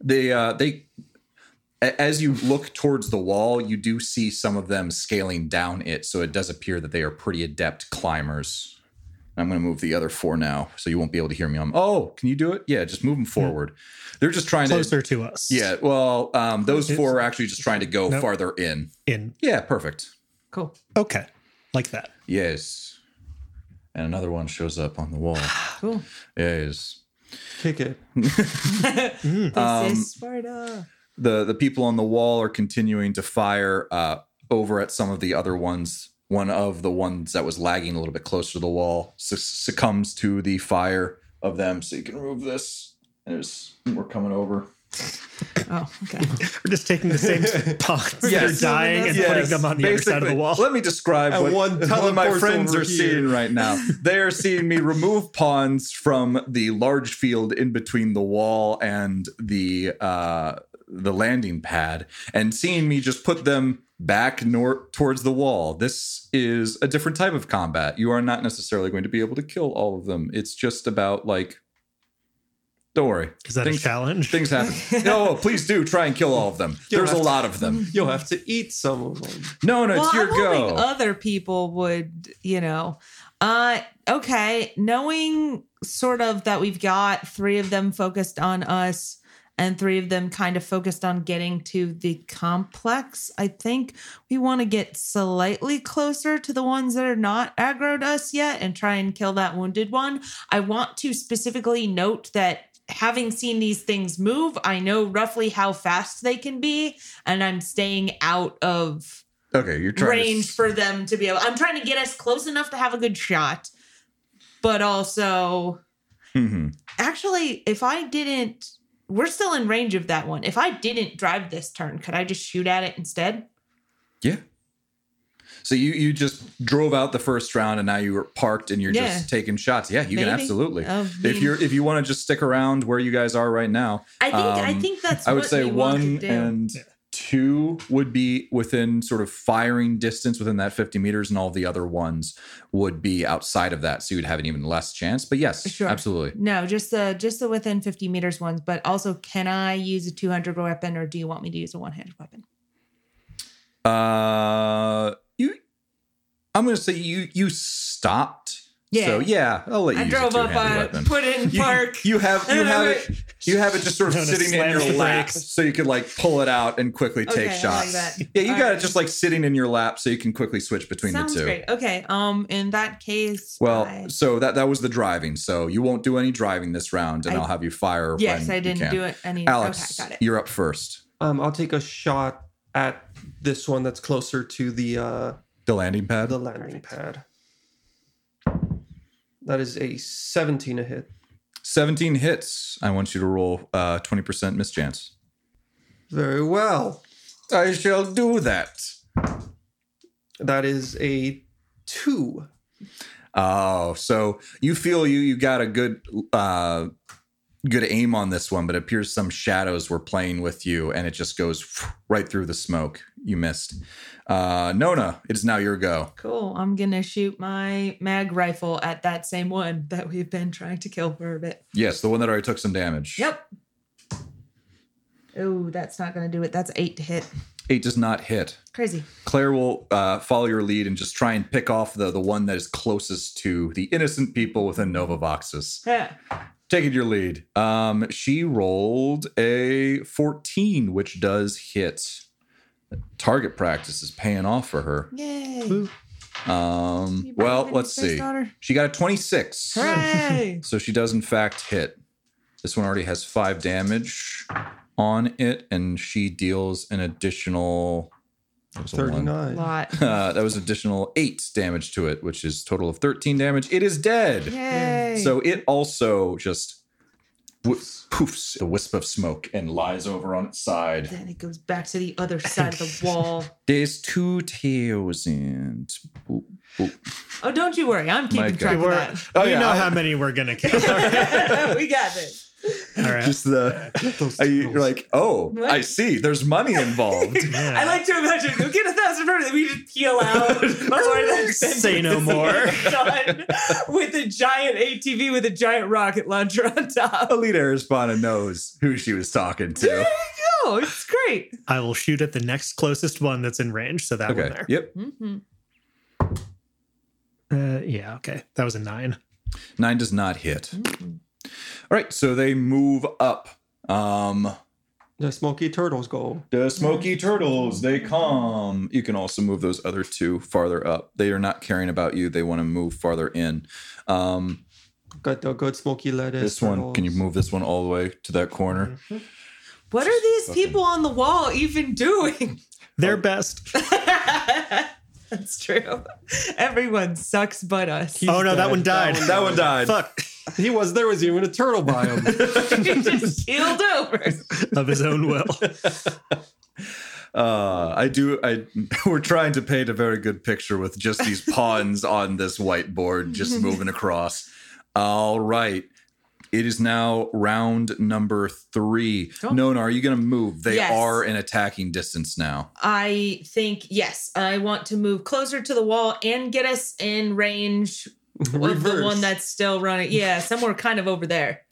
[SPEAKER 2] They uh they a- as you look towards the wall, you do see some of them scaling down it, so it does appear that they are pretty adept climbers. I'm going to move the other four now, so you won't be able to hear me. on oh, can you do it? Yeah, just move them forward. They're just trying to.
[SPEAKER 3] Hmm. Closer to us.
[SPEAKER 2] Yeah, well, um, those
[SPEAKER 3] It's-
[SPEAKER 2] four are actually just trying to go
[SPEAKER 3] Nope.
[SPEAKER 2] farther in.
[SPEAKER 3] In
[SPEAKER 2] Yeah, perfect.
[SPEAKER 4] Cool.
[SPEAKER 3] okay. Like that.
[SPEAKER 2] Yes. And another one shows up on the wall.
[SPEAKER 4] Cool.
[SPEAKER 2] Yes.
[SPEAKER 1] Kick it.
[SPEAKER 4] This
[SPEAKER 2] Um,
[SPEAKER 4] is Sparta.
[SPEAKER 2] the the people on the wall are continuing to fire uh, over at some of the other ones. One of the ones that was lagging a little bit closer to the wall su- succumbs to the fire of them. So you can remove this. There's we're coming over.
[SPEAKER 4] Oh, okay.
[SPEAKER 3] We're just taking the same pots that
[SPEAKER 2] Yes.
[SPEAKER 3] are dying and
[SPEAKER 4] Yes.
[SPEAKER 3] putting them on the other side of the
[SPEAKER 2] Basically,
[SPEAKER 3] wall.
[SPEAKER 2] Let me describe
[SPEAKER 1] And
[SPEAKER 2] what
[SPEAKER 1] one
[SPEAKER 2] one of my
[SPEAKER 1] teleports
[SPEAKER 2] friends
[SPEAKER 1] over
[SPEAKER 2] are
[SPEAKER 1] here.
[SPEAKER 2] seeing right now. they are seeing me remove pawns from the large field in between the wall and the uh, the landing pad, and seeing me just put them back nor- towards the wall. This is a different type of combat. You are not necessarily going to be able to kill all of them. It's just about like, don't worry,
[SPEAKER 3] Is that a
[SPEAKER 2] things-
[SPEAKER 3] challenge?
[SPEAKER 2] things happen. no, please do try and kill all of them.
[SPEAKER 1] You'll
[SPEAKER 2] There's a
[SPEAKER 1] have to-
[SPEAKER 2] lot of them.
[SPEAKER 1] You'll have to eat some of them.
[SPEAKER 2] No, no,
[SPEAKER 4] well,
[SPEAKER 2] it's your
[SPEAKER 4] I'm hoping
[SPEAKER 2] go.
[SPEAKER 4] other people would, you know. Uh okay, knowing sort of that we've got three of them focused on us and three of them kind of focused on getting to the complex, I think we want to get slightly closer to the ones that are not aggroed us yet and try and kill that wounded one. I want to specifically note that having seen these things move, I know roughly how fast they can be and I'm staying out of
[SPEAKER 2] Okay, you're trying to
[SPEAKER 4] range for them to be able. I'm trying to get us close enough to have a good shot, but also,
[SPEAKER 2] hmm
[SPEAKER 4] actually, if I didn't, we're still in range of that one. If I didn't drive this turn, could I just shoot at it instead?
[SPEAKER 2] Yeah. So you you just drove out the first round and now you were parked and you're
[SPEAKER 4] Yeah.
[SPEAKER 2] just taking shots. Yeah, you can
[SPEAKER 4] Maybe. Uh, Oh,
[SPEAKER 2] absolutely.
[SPEAKER 4] I
[SPEAKER 2] if
[SPEAKER 4] mean,
[SPEAKER 2] you're if you want to just stick around where you guys are right now,
[SPEAKER 4] I think I
[SPEAKER 2] um,
[SPEAKER 4] think that's.
[SPEAKER 2] I would
[SPEAKER 4] what
[SPEAKER 2] say
[SPEAKER 4] we want to
[SPEAKER 2] one
[SPEAKER 4] do.
[SPEAKER 2] and
[SPEAKER 3] Yeah.
[SPEAKER 2] two would be within sort of firing distance within that 50 meters, and all the other ones would be outside of that. So you'd have an even less chance. But yes,
[SPEAKER 4] Sure.
[SPEAKER 2] absolutely.
[SPEAKER 4] no, just the just the within fifty meters ones. But also, can I use a two hundred weapon, or do you want me to use a one handed weapon?
[SPEAKER 2] Uh you I'm gonna say you you stopped.
[SPEAKER 4] Yeah.
[SPEAKER 2] So yeah, I'll let you.
[SPEAKER 4] I
[SPEAKER 2] use a
[SPEAKER 4] drove up
[SPEAKER 2] two-handed
[SPEAKER 4] on
[SPEAKER 2] weapon.
[SPEAKER 4] put in
[SPEAKER 2] You-
[SPEAKER 4] park.
[SPEAKER 2] You, have
[SPEAKER 4] I
[SPEAKER 2] you
[SPEAKER 4] don't
[SPEAKER 2] have
[SPEAKER 4] know.
[SPEAKER 2] it you have it just sort of
[SPEAKER 3] No, no,
[SPEAKER 2] sitting in
[SPEAKER 3] slams
[SPEAKER 2] your
[SPEAKER 3] the
[SPEAKER 2] lap,
[SPEAKER 3] brakes.
[SPEAKER 2] so you could like pull it out and quickly take
[SPEAKER 4] Okay, I like
[SPEAKER 2] shots.
[SPEAKER 4] that.
[SPEAKER 2] Yeah, you
[SPEAKER 4] All
[SPEAKER 2] got
[SPEAKER 4] right.
[SPEAKER 2] it just like sitting in your lap, so you can quickly switch between
[SPEAKER 4] Sounds
[SPEAKER 2] the two.
[SPEAKER 4] great. Okay. Um, in that case,
[SPEAKER 2] Well,
[SPEAKER 4] I-
[SPEAKER 2] so that that was the driving. So you won't do any driving this round, and I,
[SPEAKER 4] I-
[SPEAKER 2] will have you fire.
[SPEAKER 4] Yes,
[SPEAKER 2] when
[SPEAKER 4] I didn't
[SPEAKER 2] you can.
[SPEAKER 4] do it. Any
[SPEAKER 2] Alex,
[SPEAKER 4] okay, got it.
[SPEAKER 2] you're up first.
[SPEAKER 1] Um, I'll take a shot at this one that's closer to the uh,
[SPEAKER 2] The landing pad.
[SPEAKER 1] the landing pad. That is a 17 a hit.
[SPEAKER 2] 17 hits. I want you to roll uh, 20% mischance.
[SPEAKER 1] Very well.
[SPEAKER 2] I shall do that.
[SPEAKER 1] That is a two.
[SPEAKER 2] Oh, so you feel you you got a good uh good aim on this one, but it appears some shadows were playing with you and it just goes right through the smoke. You missed. Uh Nona, it is now your go.
[SPEAKER 4] Cool. I'm gonna shoot my mag rifle at that same one that we've been trying to kill for a bit.
[SPEAKER 2] Yes, the one that already took some damage.
[SPEAKER 4] Yep. Oh, that's not gonna do it. That's eight to hit.
[SPEAKER 2] Eight does not hit.
[SPEAKER 4] Crazy.
[SPEAKER 2] Claire will uh, follow your lead and just try and pick off the the one that is closest to the innocent people within Nova Voxus.
[SPEAKER 4] Yeah.
[SPEAKER 2] Taking your lead. Um, she rolled a 14, which does hit. Target practice is paying off for her.
[SPEAKER 4] Yay.
[SPEAKER 1] Woo.
[SPEAKER 2] Um,
[SPEAKER 4] You brought
[SPEAKER 2] Hmm. well,
[SPEAKER 4] up a
[SPEAKER 2] let's
[SPEAKER 4] space
[SPEAKER 2] see.
[SPEAKER 4] daughter.
[SPEAKER 2] She got a 26.
[SPEAKER 4] Hooray!
[SPEAKER 2] So she does, in fact, hit. This one already has five damage on it, and she deals an additional. that was a one.
[SPEAKER 1] 39.
[SPEAKER 4] Lot.
[SPEAKER 2] Uh, that was additional eight damage to it, which is total of 13 damage. It is dead.
[SPEAKER 4] Yay.
[SPEAKER 2] So it also just w- poofs the wisp of smoke and lies over on its side.
[SPEAKER 4] then it goes back to the other side of the wall.
[SPEAKER 2] There's two tails and. boop, boop.
[SPEAKER 4] Oh, don't you worry. I'm keeping
[SPEAKER 2] God.
[SPEAKER 4] track of
[SPEAKER 3] We're-
[SPEAKER 4] that.
[SPEAKER 2] Oh,
[SPEAKER 3] we
[SPEAKER 2] yeah,
[SPEAKER 3] know
[SPEAKER 2] I-
[SPEAKER 3] how many we're gonna kill.
[SPEAKER 4] we got this.
[SPEAKER 3] All right.
[SPEAKER 2] Just the
[SPEAKER 1] Those
[SPEAKER 2] are you,
[SPEAKER 1] tickles.
[SPEAKER 2] you're like, oh,
[SPEAKER 4] What?
[SPEAKER 2] I see. There's money involved.
[SPEAKER 3] Yeah.
[SPEAKER 5] I like to imagine. Go get a thousand percent. We just peel out. Before
[SPEAKER 3] Say no more.
[SPEAKER 5] Done with a giant ATV with a giant rocket launcher on top.
[SPEAKER 2] Alita Arispana knows who she was talking to.
[SPEAKER 5] Oh, it's great.
[SPEAKER 3] I will shoot at the next closest one that's in range. So that one
[SPEAKER 2] Okay.
[SPEAKER 3] there.
[SPEAKER 2] Yep.
[SPEAKER 4] Mm-hmm.
[SPEAKER 3] Uh, yeah. Okay. That was a nine.
[SPEAKER 2] Nine does not hit.
[SPEAKER 3] mm-hmm.
[SPEAKER 2] All right, so they move up. Um
[SPEAKER 1] The smoky turtles go.
[SPEAKER 2] the smoky turtles, they come. You can also move those other two farther up. They are not caring about you. They want to move farther in. Um
[SPEAKER 1] Got the good smoky lettuce.
[SPEAKER 2] this one, can you
[SPEAKER 1] turtles.
[SPEAKER 2] move this one all the way to that corner?
[SPEAKER 5] What are these
[SPEAKER 2] fucking-
[SPEAKER 5] people on the wall even doing?
[SPEAKER 2] Oh.
[SPEAKER 3] Their best.
[SPEAKER 5] That's true. Everyone sucks but us.
[SPEAKER 3] oh no, that one died.
[SPEAKER 2] That one died.
[SPEAKER 3] Fuck
[SPEAKER 1] He was there was even a turtle biome.
[SPEAKER 5] He just keeled over.
[SPEAKER 3] of his own will.
[SPEAKER 2] Uh, I do. I we're trying to paint a very good picture with just these pawns on this whiteboard, just moving across. All right, it is now round number three.
[SPEAKER 5] Cool.
[SPEAKER 2] Nona, are you going to move? They
[SPEAKER 4] Yes.
[SPEAKER 2] are in attacking distance now.
[SPEAKER 4] I think yes. I want to move closer to the wall and get us in range of the
[SPEAKER 1] Reverse.
[SPEAKER 4] one that's still running. Yeah, somewhere kind of over there.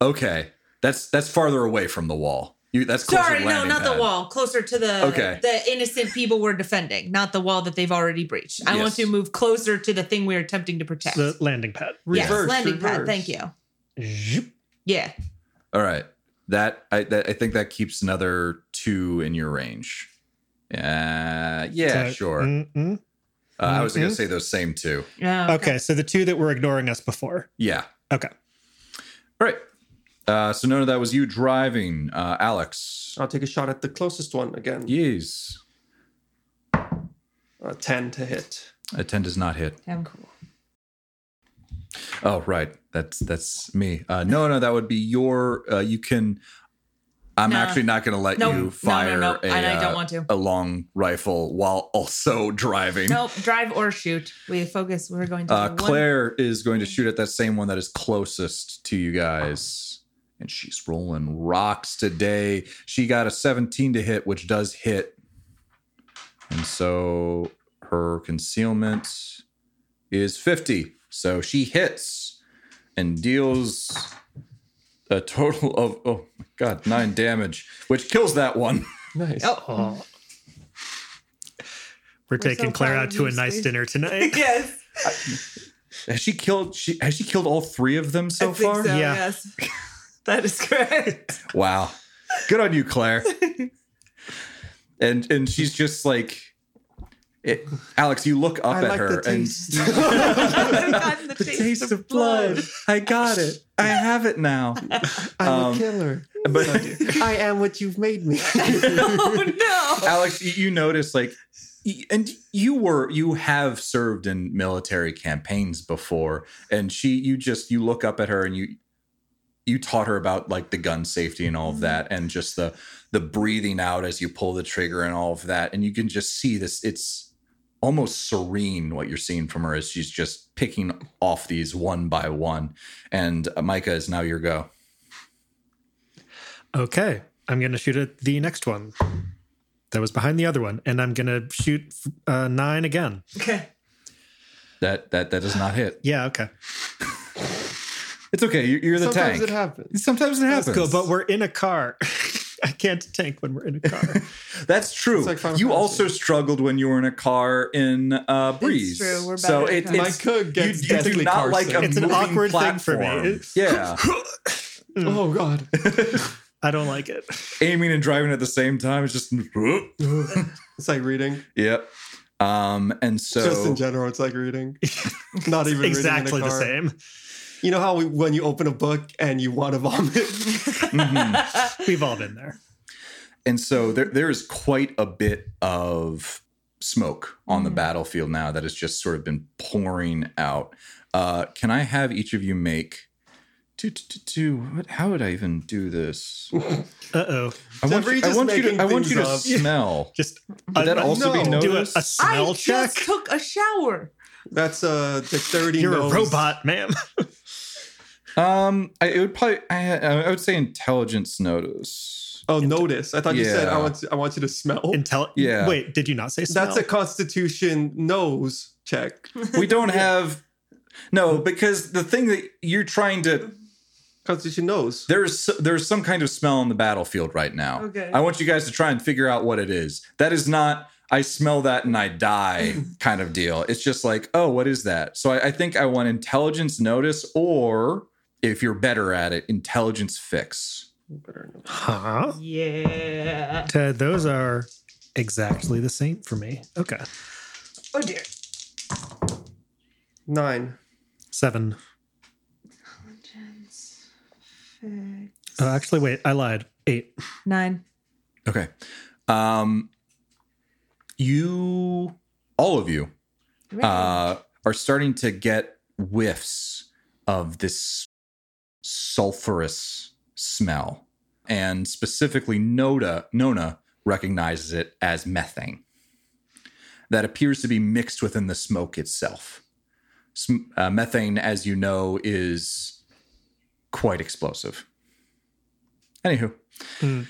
[SPEAKER 2] Okay, that's that's farther away from the wall. You that's closer
[SPEAKER 4] Sorry,
[SPEAKER 2] to
[SPEAKER 4] no,
[SPEAKER 2] landing
[SPEAKER 4] not
[SPEAKER 2] pad.
[SPEAKER 4] the wall. Closer to the
[SPEAKER 2] Okay.
[SPEAKER 4] the innocent people we're defending, not the wall that they've already breached. I
[SPEAKER 2] Yes.
[SPEAKER 4] want to move closer to the thing we're attempting to protect.
[SPEAKER 3] the landing pad.
[SPEAKER 4] yes,
[SPEAKER 1] Reverse,
[SPEAKER 4] landing pad.
[SPEAKER 1] reverse.
[SPEAKER 4] Thank you.
[SPEAKER 3] Zhup.
[SPEAKER 4] Yeah.
[SPEAKER 2] All right, that I that, I think that keeps another two in your range. Yeah, yeah,
[SPEAKER 3] So-
[SPEAKER 2] sure.
[SPEAKER 3] Mm-mm.
[SPEAKER 2] Uh, I was going to
[SPEAKER 3] mhm.
[SPEAKER 2] say those same two.
[SPEAKER 4] Oh,
[SPEAKER 3] Okay, so the two that were ignoring us before.
[SPEAKER 2] Yeah.
[SPEAKER 3] Okay.
[SPEAKER 2] All right. Uh, so Nona, that was you driving, uh, Alex.
[SPEAKER 1] I'll take a shot at the closest one again.
[SPEAKER 2] Yes.
[SPEAKER 1] Uh, Ten to hit.
[SPEAKER 2] A ten does not hit.
[SPEAKER 4] Damn cool.
[SPEAKER 2] Oh, right. That's that's me. Uh, Nona, that would be your. Uh, you can. I'm
[SPEAKER 4] No.
[SPEAKER 2] actually not going to let
[SPEAKER 4] No, no,
[SPEAKER 2] you
[SPEAKER 4] no,
[SPEAKER 2] fire
[SPEAKER 4] no.
[SPEAKER 2] a,
[SPEAKER 4] I- I don't
[SPEAKER 2] uh,
[SPEAKER 4] want to.
[SPEAKER 2] a long rifle while also driving.
[SPEAKER 4] Nope. Drive or shoot. We focus. We're going to
[SPEAKER 2] Uh,
[SPEAKER 4] do one-
[SPEAKER 2] Claire is going to shoot at that same one that is closest to you guys. And she's rolling rocks today. She got a 17 to hit, which does hit. And so her concealment is 50. So she hits and deals a total of, oh my God, nine damage, which kills that one.
[SPEAKER 1] Nice.
[SPEAKER 3] Oh. We're, taking
[SPEAKER 5] so
[SPEAKER 3] Claire
[SPEAKER 5] proud
[SPEAKER 3] out
[SPEAKER 5] of
[SPEAKER 3] to a
[SPEAKER 5] you,
[SPEAKER 3] nice
[SPEAKER 5] Steve.
[SPEAKER 3] dinner tonight.
[SPEAKER 5] yes.
[SPEAKER 2] Has she killed, she, has she killed all three of them so
[SPEAKER 5] I think
[SPEAKER 2] far?
[SPEAKER 5] so,
[SPEAKER 3] Yeah.
[SPEAKER 5] Yes. That is correct.
[SPEAKER 2] Wow. Good on you, Claire. and and she's just like it, Alex, you look up
[SPEAKER 1] I
[SPEAKER 2] at
[SPEAKER 1] like
[SPEAKER 2] her
[SPEAKER 1] the
[SPEAKER 2] and
[SPEAKER 1] taste.
[SPEAKER 5] I've gotten the taste, of blood.
[SPEAKER 2] I got it. I have it now.
[SPEAKER 1] I'm
[SPEAKER 2] Um,
[SPEAKER 1] a killer.
[SPEAKER 2] But
[SPEAKER 1] I am what you've made me.
[SPEAKER 5] oh no.
[SPEAKER 2] Alex, you- you notice like y- and you were you have served in military campaigns before and she you just you look up at her and you you taught her about like the gun safety and all of that and just the the breathing out as you pull the trigger and all of that and you can just see this it's almost serene what you're seeing from her as she's just picking off these one by one and uh, micah is now your go
[SPEAKER 3] Okay, I'm going to shoot at the next one that was behind the other one, and I'm going to shoot uh, nine again.
[SPEAKER 5] Okay.
[SPEAKER 2] that that that does not hit
[SPEAKER 3] Yeah, okay.
[SPEAKER 2] it's okay you're, you're the
[SPEAKER 1] Sometimes
[SPEAKER 2] tank
[SPEAKER 1] it happens.
[SPEAKER 2] sometimes it happens
[SPEAKER 3] That's cool, but we're in a car. I can't tank when we're in a car.
[SPEAKER 2] That's true.
[SPEAKER 1] It's like Final
[SPEAKER 2] you
[SPEAKER 1] Fantasy.
[SPEAKER 2] also struggled when you were in a car in uh, Breeze.
[SPEAKER 5] true. We're
[SPEAKER 2] so
[SPEAKER 5] better at
[SPEAKER 2] it,
[SPEAKER 5] cars.
[SPEAKER 1] My
[SPEAKER 2] it's
[SPEAKER 1] cook
[SPEAKER 2] you,
[SPEAKER 1] gets
[SPEAKER 2] you do
[SPEAKER 1] deathly
[SPEAKER 2] not
[SPEAKER 1] carsick.
[SPEAKER 2] like a
[SPEAKER 3] It's an
[SPEAKER 2] moving
[SPEAKER 3] awkward thing for
[SPEAKER 2] platform.
[SPEAKER 3] me.
[SPEAKER 2] Yeah,
[SPEAKER 1] Oh God.
[SPEAKER 3] I don't like it.
[SPEAKER 2] aiming and driving at the same time is just
[SPEAKER 1] It's like reading.
[SPEAKER 2] yep. Um, and
[SPEAKER 1] Just in
[SPEAKER 2] so
[SPEAKER 1] general, it's like reading. Not even
[SPEAKER 3] exactly
[SPEAKER 1] reading in a
[SPEAKER 3] the
[SPEAKER 1] car.
[SPEAKER 3] same.
[SPEAKER 1] You know how we, when you open a book and you want to vomit?
[SPEAKER 2] Mhm.
[SPEAKER 3] We've all been there.
[SPEAKER 2] And so there, there is quite a bit of smoke on
[SPEAKER 5] Mm-hmm.
[SPEAKER 2] the battlefield now that has just sort of been pouring out. Uh, can I have each of you make? Do, do, do, do, what, how would I even do this?
[SPEAKER 3] Uh oh.
[SPEAKER 2] I want,
[SPEAKER 1] Jeffrey
[SPEAKER 2] you, I
[SPEAKER 1] just
[SPEAKER 2] want you to.
[SPEAKER 1] making
[SPEAKER 2] I want you to
[SPEAKER 1] things up.
[SPEAKER 2] smell.
[SPEAKER 3] Just
[SPEAKER 2] Would that
[SPEAKER 3] I-
[SPEAKER 2] also be
[SPEAKER 1] no.
[SPEAKER 3] do a, a
[SPEAKER 2] noticed?
[SPEAKER 4] I
[SPEAKER 3] smell check.
[SPEAKER 4] just took a shower.
[SPEAKER 1] That's a dexterity.
[SPEAKER 3] You're
[SPEAKER 1] uh, nose.
[SPEAKER 3] a robot, ma'am.
[SPEAKER 2] Um, I, it would probably. I, I would say intelligence notice.
[SPEAKER 1] Oh, notice. I thought you said I
[SPEAKER 2] Yeah.
[SPEAKER 1] want. I want you to smell.
[SPEAKER 3] Intel.
[SPEAKER 2] Yeah.
[SPEAKER 3] Wait, did you not say smell?
[SPEAKER 1] That's a Constitution nose check.
[SPEAKER 2] We don't have. No, because the thing that you're trying to
[SPEAKER 1] Constitution nose.
[SPEAKER 2] there's there's some kind of smell on the battlefield right now.
[SPEAKER 5] Okay.
[SPEAKER 2] Oh. I want you guys to try and figure out what it is. That is not I smell that and I die kind of deal. It's just like, oh, what is that? So I, I think I want intelligence notice or if you're better at it, intelligence fix.
[SPEAKER 3] huh.
[SPEAKER 4] Yeah.
[SPEAKER 3] Ted, those are exactly the same for me. Okay.
[SPEAKER 5] Oh dear.
[SPEAKER 1] Nine.
[SPEAKER 3] Seven.
[SPEAKER 4] Intelligence. Fix.
[SPEAKER 3] Uh, actually, wait, I lied. Eight.
[SPEAKER 4] Nine.
[SPEAKER 2] Okay. Um you all of you uh, are starting to get whiffs of this sulfurous smell. And specifically, Noda, Nona recognizes it as methane that appears to be mixed within the smoke itself. Sm- uh, methane, as you know, is quite explosive. Anywho,
[SPEAKER 1] Hmm.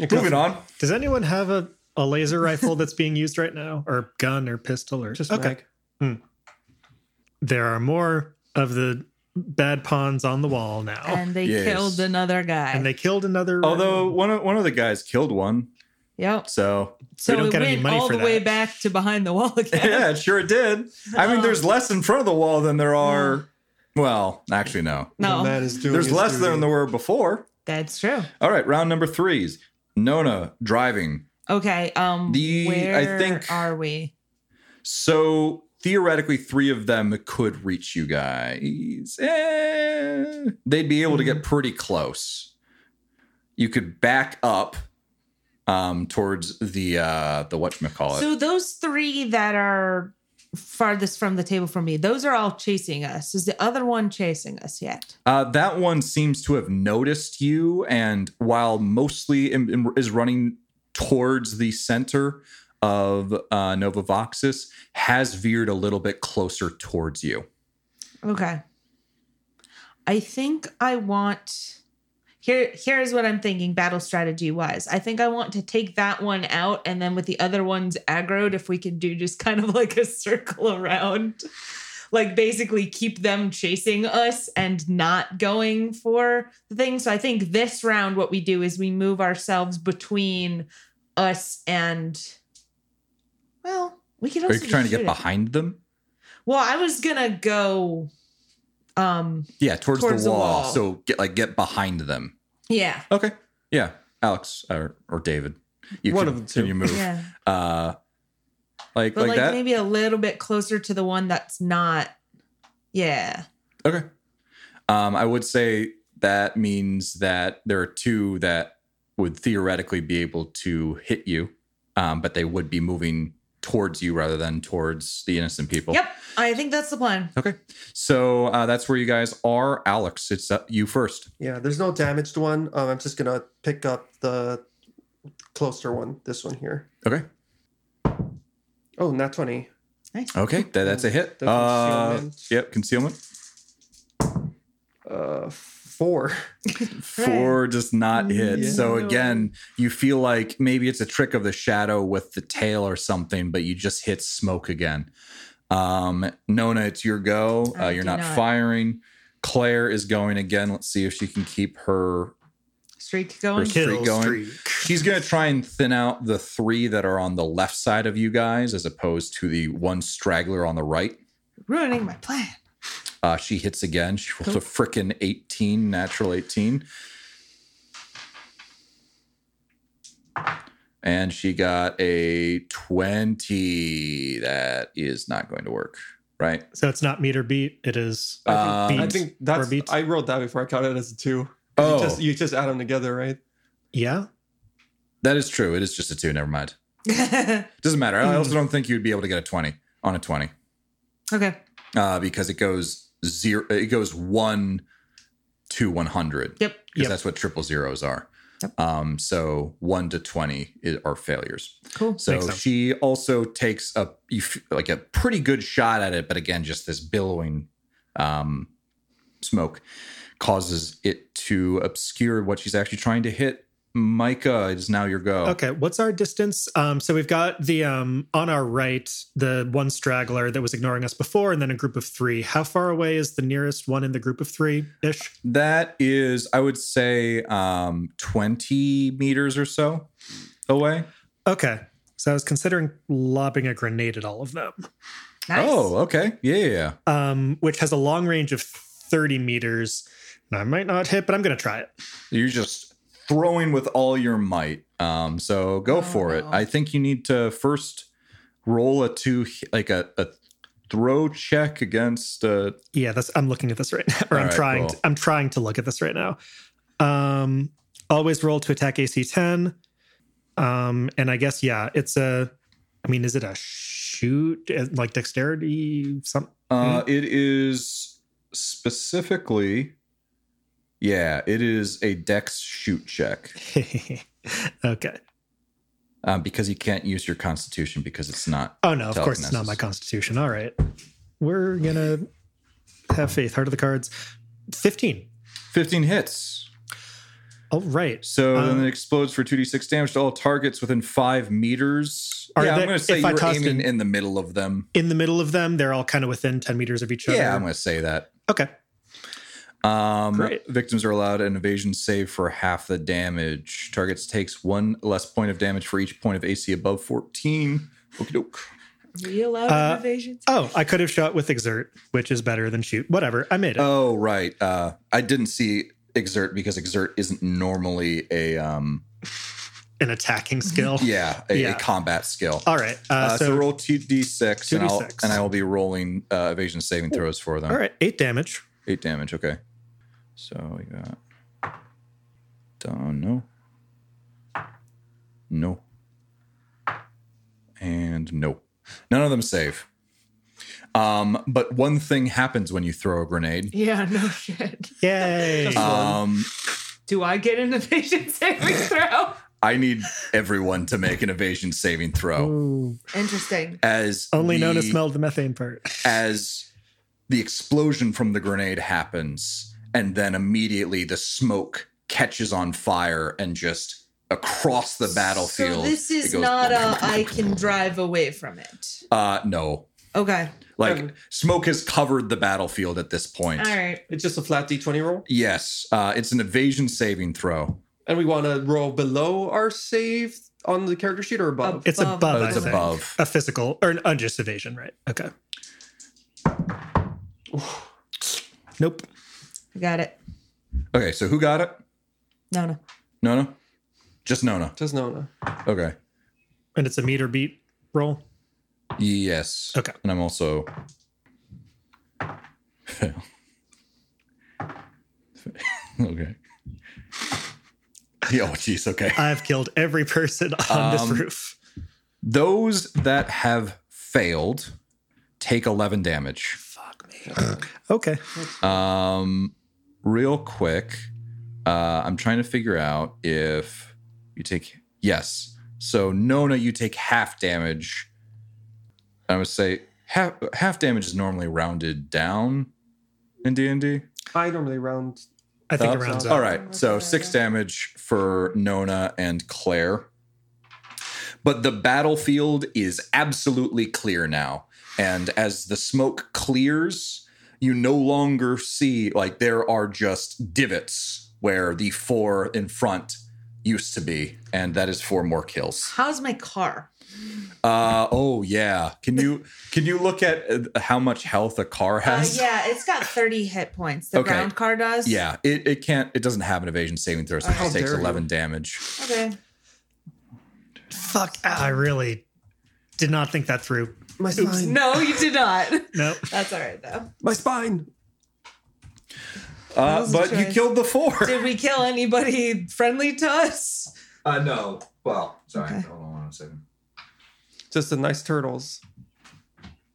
[SPEAKER 2] moving on.
[SPEAKER 3] Does anyone have a, a laser rifle that's being used right now, or gun, or pistol, or
[SPEAKER 1] Just
[SPEAKER 3] okay? Hmm.
[SPEAKER 1] mag.
[SPEAKER 3] There are more of the bad pawns on the wall now, and,
[SPEAKER 4] and they
[SPEAKER 2] oh, yes.
[SPEAKER 4] killed another guy.
[SPEAKER 3] they killed another.
[SPEAKER 2] Although one of, one of the guys killed one,
[SPEAKER 4] yep.
[SPEAKER 2] so
[SPEAKER 4] So
[SPEAKER 3] don't
[SPEAKER 4] it
[SPEAKER 3] get any
[SPEAKER 4] went
[SPEAKER 3] money
[SPEAKER 4] all
[SPEAKER 3] for
[SPEAKER 4] the way
[SPEAKER 3] that.
[SPEAKER 4] back to behind the wall again.
[SPEAKER 2] yeah, it Hmm. sure did. I mean, there's less in front of the wall than there are. Well, actually, no.
[SPEAKER 1] The
[SPEAKER 4] No,
[SPEAKER 1] man is doing
[SPEAKER 2] There's
[SPEAKER 1] his
[SPEAKER 2] less
[SPEAKER 1] duty.
[SPEAKER 2] than there were before.
[SPEAKER 4] that's true.
[SPEAKER 2] All right, round number threes. Nona driving.
[SPEAKER 4] Okay. Um,
[SPEAKER 2] The- I
[SPEAKER 4] where
[SPEAKER 2] think-
[SPEAKER 4] are we?
[SPEAKER 2] So theoretically, three of them could reach you guys. Eh, they'd be able to get pretty close. You could back up um, towards the uh, the what call it.
[SPEAKER 4] So those three that are farthest from the table from me, those are all chasing us. Is the other one chasing us yet?
[SPEAKER 2] Uh, that one seems to have noticed you, and while mostly im- im- is running towards the center of uh, Nova Voxis, has veered a little bit closer towards you.
[SPEAKER 4] Okay. I think I want here here's what I'm thinking battle strategy wise. I think I want to take that one out and then with the other ones aggroed, if we can do just kind of like a circle around. Like basically keep them chasing us and not going for the thing. So I think this round what we do is we move ourselves between us and well, we could
[SPEAKER 2] Are
[SPEAKER 4] also
[SPEAKER 2] you trying to
[SPEAKER 4] just
[SPEAKER 2] get
[SPEAKER 4] shoot it.
[SPEAKER 2] behind them?
[SPEAKER 4] Well, I was gonna go. Um.
[SPEAKER 2] Yeah, towards,
[SPEAKER 4] Towards
[SPEAKER 2] the,
[SPEAKER 4] the
[SPEAKER 2] wall,
[SPEAKER 4] wall.
[SPEAKER 2] So get like get behind them.
[SPEAKER 4] Yeah.
[SPEAKER 2] Okay. Yeah, Alex or, or David. You
[SPEAKER 1] One
[SPEAKER 2] can,
[SPEAKER 1] of the two.
[SPEAKER 2] can you move?
[SPEAKER 4] Yeah.
[SPEAKER 2] Uh, like
[SPEAKER 4] But
[SPEAKER 2] like,
[SPEAKER 4] like,
[SPEAKER 2] that.
[SPEAKER 4] maybe a little bit closer to the one that's not. Yeah.
[SPEAKER 2] Okay. Um, I would say that means that there are two that would theoretically be able to hit you, um, but they would be moving towards you rather than towards the innocent people.
[SPEAKER 4] Yep. I think that's the plan.
[SPEAKER 2] Okay. So uh, that's where you guys are. Alex, it's uh, you first.
[SPEAKER 1] Yeah, there's no damaged one. Um, I'm just gonna pick up the closer one. This one here.
[SPEAKER 2] Okay.
[SPEAKER 1] Oh, not twenty.
[SPEAKER 2] Okay. That, that's a hit.
[SPEAKER 1] The
[SPEAKER 2] Uh,
[SPEAKER 1] concealment.
[SPEAKER 2] yep. Concealment.
[SPEAKER 1] Uh, four.
[SPEAKER 2] Four does not hit.
[SPEAKER 1] Yeah.
[SPEAKER 2] So again, you feel like maybe it's a trick of the shadow with the tail or something, but you just hit smoke again. Um, Nona, it's your go. Uh,
[SPEAKER 4] I
[SPEAKER 2] you're
[SPEAKER 4] do
[SPEAKER 2] not,
[SPEAKER 4] not.
[SPEAKER 2] firing. Claire is going again. Let's see if she can keep her.
[SPEAKER 4] Streak going.
[SPEAKER 2] Kill Streak going. She's going to try and thin out the three that are on the left side of you guys as opposed to the one straggler on the right.
[SPEAKER 4] Ruining my plan.
[SPEAKER 2] Uh, she hits again. She rolled a frickin' 18, natural 18. And she got a 20. That is not going to work, right?
[SPEAKER 3] So it's not meter beat. It is.
[SPEAKER 2] Um,
[SPEAKER 1] I
[SPEAKER 3] beat.
[SPEAKER 1] think that's.
[SPEAKER 3] Or beat.
[SPEAKER 1] I wrote that before I counted it as a two.
[SPEAKER 2] Oh,
[SPEAKER 1] You just, you just add them together, right?
[SPEAKER 3] Yeah.
[SPEAKER 2] that is true. It is just a two. Never mind. Doesn't matter. I
[SPEAKER 1] Mm.
[SPEAKER 2] also don't think you'd be able to get a 20 on a 20
[SPEAKER 4] okay.
[SPEAKER 2] uh, because it goes zero, it goes one to 100.
[SPEAKER 4] Yep.
[SPEAKER 2] because
[SPEAKER 3] Yep.
[SPEAKER 2] that's what triple zeros are.
[SPEAKER 4] Yep.
[SPEAKER 2] Um, so one to twenty i- are failures.
[SPEAKER 4] Cool.
[SPEAKER 2] So
[SPEAKER 3] Makes sense.
[SPEAKER 2] she also takes a you f- like a pretty good shot at it, but again, just this billowing um, smoke. causes it to obscure what she's actually trying to hit. Micah, it is now your go.
[SPEAKER 3] Okay, what's our distance? Um, so we've got the um on our right, the one straggler that was ignoring us before, and then a group of three. How far away is the nearest one in the group of three ish?
[SPEAKER 2] That is, I would say, um, 20 meters or so away.
[SPEAKER 3] Okay. So I was considering lobbing a grenade at all of them.
[SPEAKER 4] Nice.
[SPEAKER 2] Oh, okay. Yeah, yeah, yeah.
[SPEAKER 3] Um, which has a long range of 30 meters. And I might not hit, but I'm gonna try it.
[SPEAKER 2] You're just throwing with all your might. Um, so go
[SPEAKER 4] Oh,
[SPEAKER 2] for it.
[SPEAKER 4] no.
[SPEAKER 2] I think you need to first roll a two, like a, a throw check against. Uh,
[SPEAKER 3] Yeah, that's I'm looking at this right now. Or
[SPEAKER 2] All
[SPEAKER 3] I'm
[SPEAKER 2] right,
[SPEAKER 3] trying
[SPEAKER 2] cool.
[SPEAKER 3] to, I'm trying to look at this right now. Um always roll to attack AC 10. Um and I guess yeah, it's a I mean, is it a shoot uh, like dexterity some
[SPEAKER 2] uh,
[SPEAKER 3] Hmm?
[SPEAKER 2] it is specifically, yeah, it is a dex shoot check
[SPEAKER 3] Okay.
[SPEAKER 2] um, because you can't use your constitution because it's not.
[SPEAKER 3] Oh no, of course it's not
[SPEAKER 2] Telekinesis.
[SPEAKER 3] my constitution. All right. We're going to have faith. Heart of the cards. 15.
[SPEAKER 2] 15 hits.
[SPEAKER 3] All right.
[SPEAKER 2] So
[SPEAKER 3] Um,
[SPEAKER 2] then it explodes for 2d6 damage to all targets within five meters.
[SPEAKER 3] Are
[SPEAKER 2] yeah,
[SPEAKER 3] they-
[SPEAKER 2] I'm going to say
[SPEAKER 3] if I
[SPEAKER 2] you're
[SPEAKER 3] tossed
[SPEAKER 2] aiming
[SPEAKER 3] in-
[SPEAKER 2] in the middle of them.
[SPEAKER 3] In the middle of them, they're all kind of within 10 meters of each other.
[SPEAKER 2] Yeah, I'm going to say that.
[SPEAKER 3] okay.
[SPEAKER 2] Um,
[SPEAKER 3] Great.
[SPEAKER 2] Victims are allowed an evasion save for half the damage. Targets takes one less point of damage for each point of AC above 14. Okie doke.
[SPEAKER 4] Real loud
[SPEAKER 3] Uh,
[SPEAKER 4] innovations.
[SPEAKER 3] Oh, I could have shot with exert, which is better than shoot. Whatever. I made it.
[SPEAKER 2] Oh, right. Uh, I didn't see exert because exert isn't normally a um,
[SPEAKER 3] An attacking skill.
[SPEAKER 2] yeah a,
[SPEAKER 3] Yeah.
[SPEAKER 2] a combat skill.
[SPEAKER 3] All right. Uh,
[SPEAKER 2] Uh, so,
[SPEAKER 3] so,
[SPEAKER 2] roll two d six, and I'll
[SPEAKER 3] 2d6.
[SPEAKER 2] and I will be rolling uh, evasion saving throws for them.
[SPEAKER 3] all right. Eight damage.
[SPEAKER 2] Eight damage. Okay. So we got. Don't know. No. And no. None of them save. Um, but one thing happens when you throw a grenade.
[SPEAKER 4] Yeah, no shit.
[SPEAKER 3] Yay.
[SPEAKER 2] Um,
[SPEAKER 4] Do I get an evasion saving throw?
[SPEAKER 2] I need everyone to make an evasion saving throw.
[SPEAKER 3] Ooh.
[SPEAKER 4] Interesting.
[SPEAKER 2] As
[SPEAKER 3] Only known to
[SPEAKER 2] the-
[SPEAKER 3] smell the methane part.
[SPEAKER 2] as the explosion from the grenade happens, and then immediately the smoke catches on fire and just across the battlefield.
[SPEAKER 4] So this
[SPEAKER 2] it
[SPEAKER 4] is
[SPEAKER 2] goes-
[SPEAKER 4] not a I can drive away from it.
[SPEAKER 2] Uh, no,
[SPEAKER 4] Okay.
[SPEAKER 2] like
[SPEAKER 1] Um,
[SPEAKER 2] smoke has covered the battlefield at this point.
[SPEAKER 4] All right.
[SPEAKER 1] It's just a flat d20 roll,
[SPEAKER 2] Yes, uh, it's an evasion saving throw.
[SPEAKER 1] and we want to roll below our save on the character sheet or above.
[SPEAKER 4] Up.
[SPEAKER 3] It's
[SPEAKER 4] Above,
[SPEAKER 3] above.
[SPEAKER 2] Oh,
[SPEAKER 3] I
[SPEAKER 2] it's
[SPEAKER 3] think.
[SPEAKER 2] above.
[SPEAKER 3] A physical or an uh, just evasion, right? Okay. Nope.
[SPEAKER 4] I got it.
[SPEAKER 2] Okay, so who got it?
[SPEAKER 4] No, no.
[SPEAKER 2] Nona. Just Nona.
[SPEAKER 1] Just Nona.
[SPEAKER 2] Okay.
[SPEAKER 3] And it's a meter beat roll.
[SPEAKER 2] Yes.
[SPEAKER 3] Okay.
[SPEAKER 2] And I'm also. Fail. okay. Yeah, Oh, jeez. Okay.
[SPEAKER 3] I've killed every person on this
[SPEAKER 2] Um,
[SPEAKER 3] roof.
[SPEAKER 2] Those that have failed take 11 damage.
[SPEAKER 3] Fuck me. okay.
[SPEAKER 2] Um, real quick, uh, I'm trying to figure out if you take. Yes. So, Nona, you take half damage. I would say half, half damage is normally rounded down in D&D.
[SPEAKER 1] I normally round.
[SPEAKER 3] I think it
[SPEAKER 2] Up?
[SPEAKER 3] rounds
[SPEAKER 1] Sounds-
[SPEAKER 3] up.
[SPEAKER 2] All right. So six damage for Nona and Claire. But the battlefield is absolutely clear now. And as the smoke clears, you no longer see, like, there are just divots where the four in front used to be. And that is four more kills.
[SPEAKER 4] How's my car?
[SPEAKER 2] Uh, oh, yeah. Can you can you look at uh, how much health a car
[SPEAKER 4] Uh,
[SPEAKER 2] has?
[SPEAKER 4] yeah, it's got 30 hit points. The
[SPEAKER 2] Okay.
[SPEAKER 4] round car does.
[SPEAKER 2] Yeah, it, it can't, it doesn't have an evasion saving throw, so it
[SPEAKER 4] How
[SPEAKER 2] just takes
[SPEAKER 1] dare you.
[SPEAKER 2] 11 damage.
[SPEAKER 4] Okay.
[SPEAKER 3] Fuck. ah, I really did not think that through.
[SPEAKER 1] My
[SPEAKER 3] Oops.
[SPEAKER 1] spine.
[SPEAKER 4] No, you did not.
[SPEAKER 3] No.
[SPEAKER 4] That's all right though.
[SPEAKER 1] My spine.
[SPEAKER 2] Uh,
[SPEAKER 4] That was a
[SPEAKER 2] but you
[SPEAKER 4] choice.
[SPEAKER 2] killed the four.
[SPEAKER 4] Did we kill anybody friendly to us?
[SPEAKER 2] Uh, no. Well, sorry.
[SPEAKER 4] Okay.
[SPEAKER 2] Hold on one second.
[SPEAKER 1] Just the nice turtles.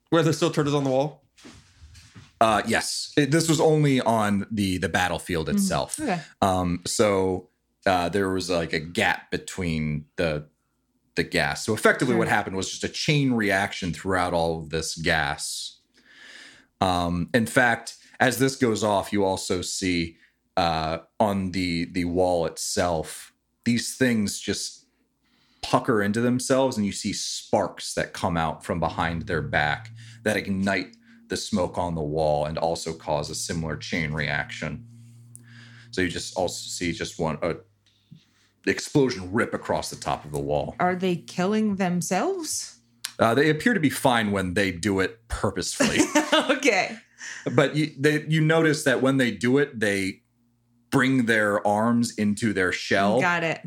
[SPEAKER 1] Where there's still turtles on the wall.
[SPEAKER 2] Uh, yes, It- this was only on the the battlefield itself.
[SPEAKER 4] Mm-hmm. Okay.
[SPEAKER 2] Um, so uh, there was like a gap between the the gas. So effectively, what
[SPEAKER 4] Sure.
[SPEAKER 2] happened was just a chain reaction throughout all of this gas. Um, in fact, as this goes off, you also see uh, on the the wall itself, these things just pucker into themselves, and you see sparks that come out from behind their back that ignite the smoke on the wall and also cause a similar chain reaction. So you just also see just one a explosion rip across the top of the wall.
[SPEAKER 4] Are they killing themselves?
[SPEAKER 2] Uh, they appear to be fine when they do it purposefully.
[SPEAKER 4] okay.
[SPEAKER 2] but you, they, you notice that when they do it, they bring their arms into their shell.
[SPEAKER 4] Got it.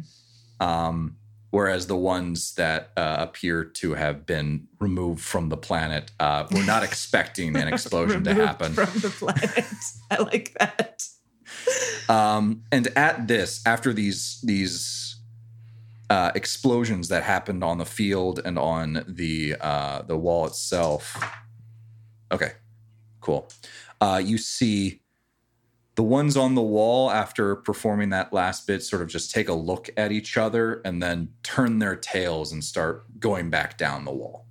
[SPEAKER 2] Um, whereas the ones that uh, appear to have been removed from the planet uh, were not expecting an explosion to
[SPEAKER 4] Removed
[SPEAKER 2] happen.
[SPEAKER 4] From the planet. I like that.
[SPEAKER 2] Um, and at this, after these these uh, explosions that happened on the field and on the uh, the wall itself, okay, cool. Uh, you see the ones on the wall after performing that last bit sort of just take a look at each other and then turn their tails and start going back down the wall.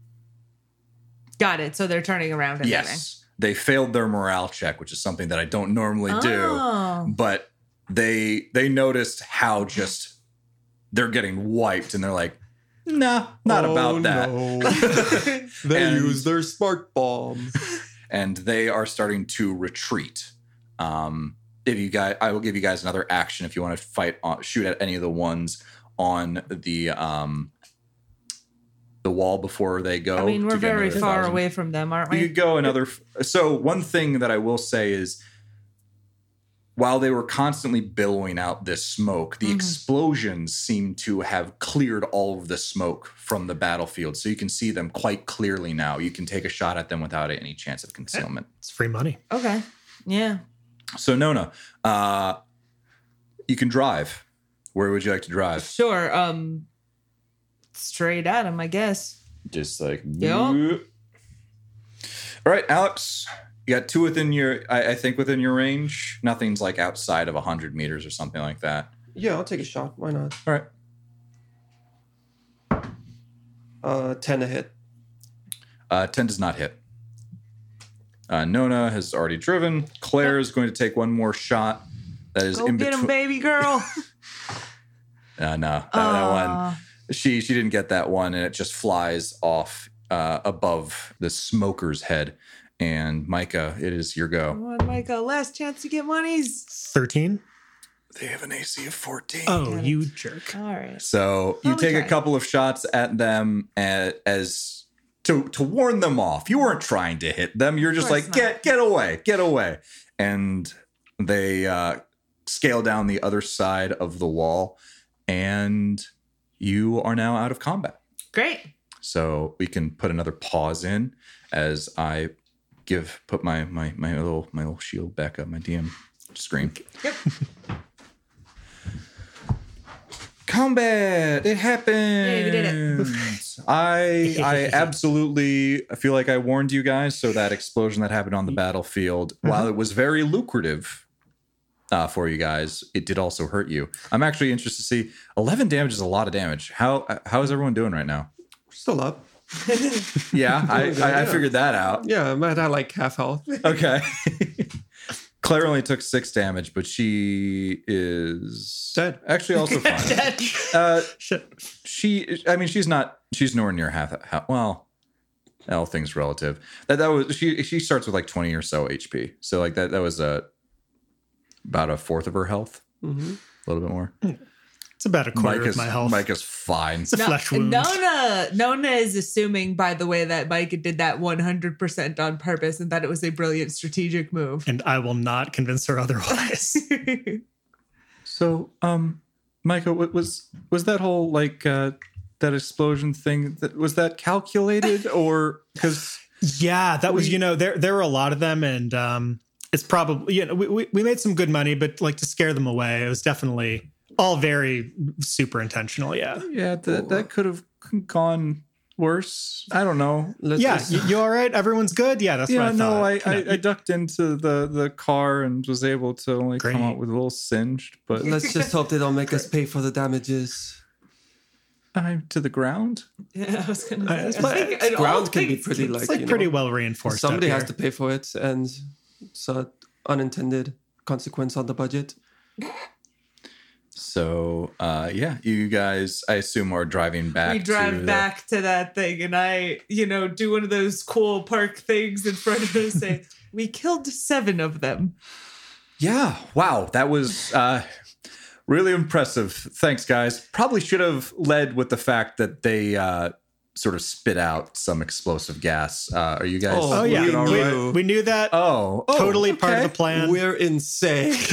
[SPEAKER 4] Got it. So they're turning around and leaving.
[SPEAKER 2] Yes, they failed their morale check, which is something that I don't normally do
[SPEAKER 4] Oh.
[SPEAKER 2] but they they noticed how just they're getting wiped and they're like nah not
[SPEAKER 1] Oh,
[SPEAKER 2] about that
[SPEAKER 1] no. they
[SPEAKER 2] And-
[SPEAKER 1] use their spark bomb.
[SPEAKER 2] and they are starting to retreat um if you guys i will give you guys another action if you want to fight on, shoot at any of the ones on the um the wall before they go
[SPEAKER 4] I mean,
[SPEAKER 2] to
[SPEAKER 4] we're
[SPEAKER 2] get
[SPEAKER 4] very
[SPEAKER 2] another
[SPEAKER 4] far
[SPEAKER 2] thousand.
[SPEAKER 4] away from them, aren't
[SPEAKER 2] You
[SPEAKER 4] we?
[SPEAKER 2] could go another. So one thing that I will say is, while they were constantly billowing out this smoke, the
[SPEAKER 4] Mhm.
[SPEAKER 2] explosions seem to have cleared all of the smoke from the battlefield. So you can see them quite clearly now. You can take a shot at them without any chance of concealment.
[SPEAKER 3] It's free money.
[SPEAKER 4] okay. Yeah.
[SPEAKER 2] So Nona, uh, you can drive. Where would you like to drive?
[SPEAKER 4] Sure. Um straight at them, I guess.
[SPEAKER 2] Just like
[SPEAKER 4] Yep.
[SPEAKER 2] All right, Alex, you got two within your, I, I think, within your range. Nothing's like outside of 100 meters or something like that.
[SPEAKER 1] Yeah, I'll take a shot. Why not?
[SPEAKER 2] All right.
[SPEAKER 1] Uh, ten a hit.
[SPEAKER 2] Uh, 10 does not hit. Uh, Nona has already driven. Claire is going to take one more shot. That is
[SPEAKER 4] Go
[SPEAKER 2] in
[SPEAKER 4] get them,
[SPEAKER 2] between.
[SPEAKER 4] baby girl.
[SPEAKER 2] Uh, no, that, that one.
[SPEAKER 4] Aw.
[SPEAKER 2] She she didn't get that one, and it just flies off uh, above the smoker's head. And Micah, it is your go.
[SPEAKER 4] Come on, Michael. Last chance to get monies.
[SPEAKER 3] 13?
[SPEAKER 2] They have an AC of 14.
[SPEAKER 3] Oh,
[SPEAKER 4] Got
[SPEAKER 3] you jerk.
[SPEAKER 4] All right.
[SPEAKER 2] So you
[SPEAKER 4] Well, we
[SPEAKER 2] take a
[SPEAKER 4] tried.
[SPEAKER 2] couple of shots at them a- as to to warn them off. You weren't trying to hit them. You're just
[SPEAKER 4] course
[SPEAKER 2] like
[SPEAKER 4] not.
[SPEAKER 2] get get away, get away, and they uh, scale down the other side of the wall, and you are now out of combat.
[SPEAKER 4] Great.
[SPEAKER 2] So we can put another pause in as I give put my my my little my little shield back up my DM screen.
[SPEAKER 4] Yep.
[SPEAKER 2] Combat! It happened.
[SPEAKER 4] we did it.
[SPEAKER 2] I I absolutely I feel like I warned you guys. So that explosion that happened
[SPEAKER 4] Mm-hmm.
[SPEAKER 2] on the battlefield, while it was very lucrative uh, for you guys, it did also hurt you. I'm actually interested to see. Eleven damage is a lot of damage. How uh, how is everyone doing right now?
[SPEAKER 1] Still up.
[SPEAKER 2] Yeah, I,
[SPEAKER 1] Doing good,
[SPEAKER 2] I, I
[SPEAKER 1] yeah.
[SPEAKER 2] figured that out.
[SPEAKER 1] Yeah, I'm at, at like half health.
[SPEAKER 2] Okay. Claire only took six damage, but she is
[SPEAKER 1] Dead.
[SPEAKER 2] Actually, also fine.
[SPEAKER 4] Dead.
[SPEAKER 2] Uh,
[SPEAKER 3] Shit.
[SPEAKER 2] she, I mean, she's not. She's nowhere near half. half well, all things relative. That that was she. She starts with like twenty or so HP. So like that that was a about a fourth of her health,
[SPEAKER 1] hmm
[SPEAKER 2] a little bit more.
[SPEAKER 3] It's about a quarter
[SPEAKER 2] Mike is
[SPEAKER 3] of my health.
[SPEAKER 2] Mike is fine.
[SPEAKER 3] it's a flesh wound.
[SPEAKER 4] Nona, Nona is assuming, by the way, that Micah did that 100% on purpose and that it was a brilliant strategic move.
[SPEAKER 3] And I will not convince her otherwise.
[SPEAKER 2] So, um, Micah, wa- was was that whole like uh, that explosion thing? That was that calculated or because
[SPEAKER 3] Yeah, that was
[SPEAKER 2] We-
[SPEAKER 3] you know there there were a lot of them, and um, it's probably you know we, we we made some good money, but like to scare them away, it was definitely all very super intentional. Yeah,
[SPEAKER 2] yeah, that that could have gone worse. I don't know.
[SPEAKER 1] Let's
[SPEAKER 3] yeah,
[SPEAKER 1] just-
[SPEAKER 3] you, you all right? Everyone's good. Yeah, that's
[SPEAKER 2] yeah,
[SPEAKER 3] what I
[SPEAKER 2] no,
[SPEAKER 3] thought.
[SPEAKER 2] I,
[SPEAKER 3] You know,
[SPEAKER 2] I, I ducked into the the car and was able to only
[SPEAKER 3] Great.
[SPEAKER 2] come out with a little singed, but
[SPEAKER 1] let's just hope they don't make us pay for the damages.
[SPEAKER 2] I'm to the ground.
[SPEAKER 4] yeah, I was going
[SPEAKER 3] Uh,
[SPEAKER 4] to say.
[SPEAKER 3] it's-
[SPEAKER 4] I think in all
[SPEAKER 1] Ground can be
[SPEAKER 4] things
[SPEAKER 1] pretty like,
[SPEAKER 3] it's like
[SPEAKER 1] you
[SPEAKER 3] pretty
[SPEAKER 1] know,
[SPEAKER 3] well reinforced. up
[SPEAKER 1] somebody has
[SPEAKER 3] here.
[SPEAKER 1] to pay for it, and it's an unintended consequence on the budget.
[SPEAKER 2] So uh, yeah, you guys, I assume, are driving back.
[SPEAKER 5] we drive
[SPEAKER 2] to the-
[SPEAKER 5] back to that thing, and I, you know, do one of those cool park things in front of it and say, "We killed seven of them."
[SPEAKER 2] Yeah. Wow. That was uh, really impressive. Thanks, guys. Probably should have led with the fact that they uh, sort of spit out some explosive gas. Uh, are you guys?
[SPEAKER 1] Oh,
[SPEAKER 3] Oh, yeah.
[SPEAKER 1] we
[SPEAKER 3] We,
[SPEAKER 1] can
[SPEAKER 3] we,
[SPEAKER 1] already-
[SPEAKER 3] knew that.
[SPEAKER 2] Oh, oh,
[SPEAKER 3] totally part of
[SPEAKER 2] okay.
[SPEAKER 3] the plan.
[SPEAKER 1] We're insane.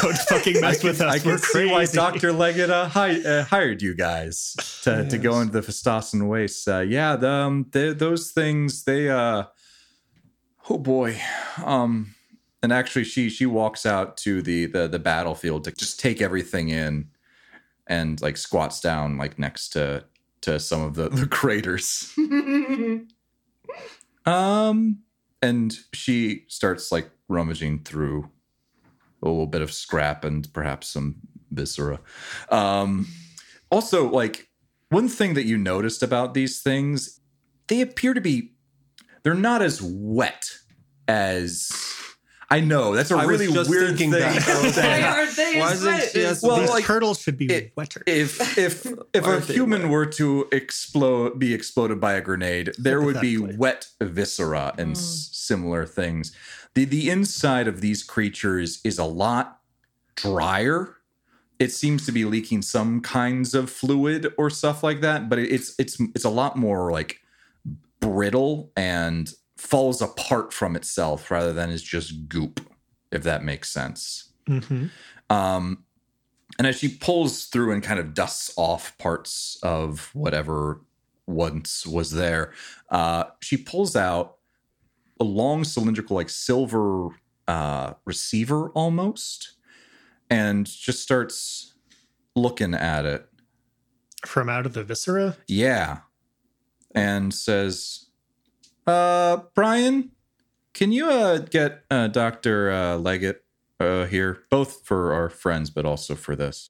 [SPEAKER 3] Don't fucking
[SPEAKER 2] I
[SPEAKER 3] mess
[SPEAKER 2] can,
[SPEAKER 3] with us.
[SPEAKER 2] I can
[SPEAKER 3] We're
[SPEAKER 2] see
[SPEAKER 3] crazy.
[SPEAKER 2] why Dr. Leggett uh, hi, uh, hired you guys to, to go
[SPEAKER 1] Yes.
[SPEAKER 2] into the Festossen Waste. Uh, yeah, the, um, the, those things, they, uh, oh boy. Um, and actually, she she walks out to the, the the battlefield to just take everything in, and like squats down like next to to some of the the craters. Um, and she starts like rummaging through a little bit of scrap and perhaps some viscera. Um, also, like one thing that you noticed about these things, they appear to be they're not as wet as I know that's a
[SPEAKER 1] I was
[SPEAKER 2] really
[SPEAKER 1] just
[SPEAKER 2] weird
[SPEAKER 1] thinking
[SPEAKER 2] thing.
[SPEAKER 1] that.
[SPEAKER 2] to say.
[SPEAKER 5] Why aren't they
[SPEAKER 1] Why
[SPEAKER 5] as
[SPEAKER 1] isn't
[SPEAKER 5] wet
[SPEAKER 1] she
[SPEAKER 5] as-
[SPEAKER 1] as-
[SPEAKER 2] Well,
[SPEAKER 3] These
[SPEAKER 2] like,
[SPEAKER 3] turtles should be
[SPEAKER 2] it-
[SPEAKER 3] wetter.
[SPEAKER 2] if if if
[SPEAKER 1] Why
[SPEAKER 2] a
[SPEAKER 1] aren't they
[SPEAKER 2] human
[SPEAKER 1] wet?
[SPEAKER 2] were to explode be exploded by a grenade there would be
[SPEAKER 3] Hypothetically.
[SPEAKER 2] wet viscera and s- similar things the the inside of these creatures is a lot drier it seems to be leaking some kinds of fluid or stuff like that but it- it's it's it's a lot more like brittle and falls apart from itself rather than is just goop if that makes sense
[SPEAKER 3] hmm
[SPEAKER 2] um, and as she pulls through and kind of dusts off parts of whatever once was there, uh, she pulls out a long cylindrical, like silver uh, receiver almost, and just starts looking at it.
[SPEAKER 3] From out of the viscera.
[SPEAKER 2] Yeah. And says, uh, Brian, can you uh, get uh, Dr. Uh, Leggett uh, here, both for our friends, but also for this?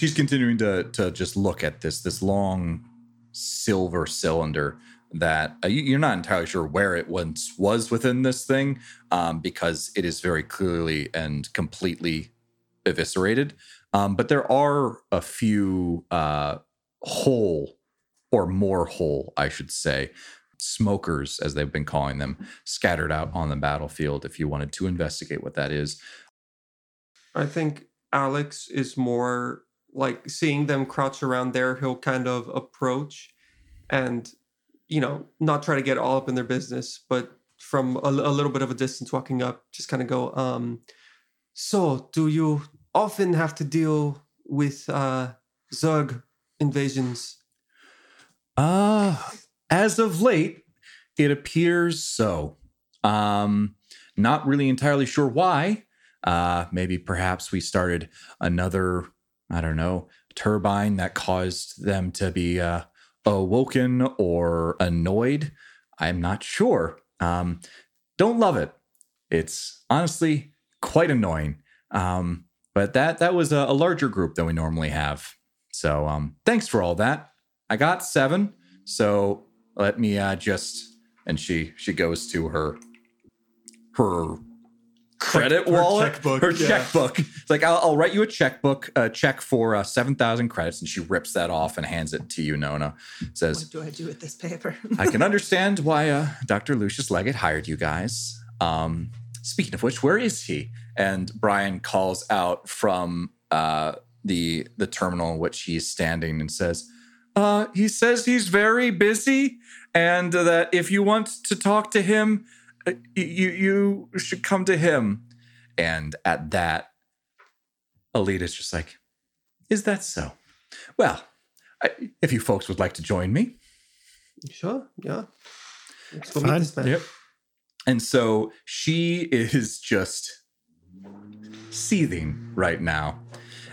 [SPEAKER 2] She's continuing to, to just look at this, this long silver cylinder that uh, you, you're not entirely sure where it once was within this thing um, because it is very clearly and completely eviscerated. Um, but there are a few uh, whole or more whole, I should say, smokers, as they've been calling them, scattered out on the battlefield if you wanted to investigate what that is.
[SPEAKER 1] I think Alex is more like seeing them crouch around there, he'll kind of approach and, you know, not try to get all up in their business, but from a, a little bit of a distance walking up, just kind of go, um, so do you often have to deal with uh, Zerg invasions?
[SPEAKER 2] Uh, as of late, it appears so. Um, not really entirely sure why. Uh, maybe perhaps we started another, I don't know, turbine that caused them to be uh, awoken or annoyed. I'm not sure. Um, don't love it. It's honestly quite annoying. Um, but that that was a, a larger group than we normally have. So um, thanks for all that. I got seven. So let me uh, just and she she goes to her her credit
[SPEAKER 1] her
[SPEAKER 2] wallet
[SPEAKER 1] checkbook,
[SPEAKER 2] her
[SPEAKER 1] yeah.
[SPEAKER 2] checkbook. It's like I'll, I'll write you a checkbook, a check for uh, seven thousand credits, and she rips that off and hands it to you, Nona. Says
[SPEAKER 5] What do I do with this paper?
[SPEAKER 2] I can understand why uh, Dr. Lucius Leggett hired you guys. Um, speaking of which, where is he? And Brian calls out from uh, the the terminal in which he's standing and says, uh, "He says he's very busy, and that if you want to talk to him, uh, y- you you should come to him." And at that, Alita's just like, "Is that so? Well, I, if you folks would like to join me."
[SPEAKER 1] Sure, yeah. Let's go
[SPEAKER 3] Fine.
[SPEAKER 1] meet this man.
[SPEAKER 2] Yep. And so she is just seething right now.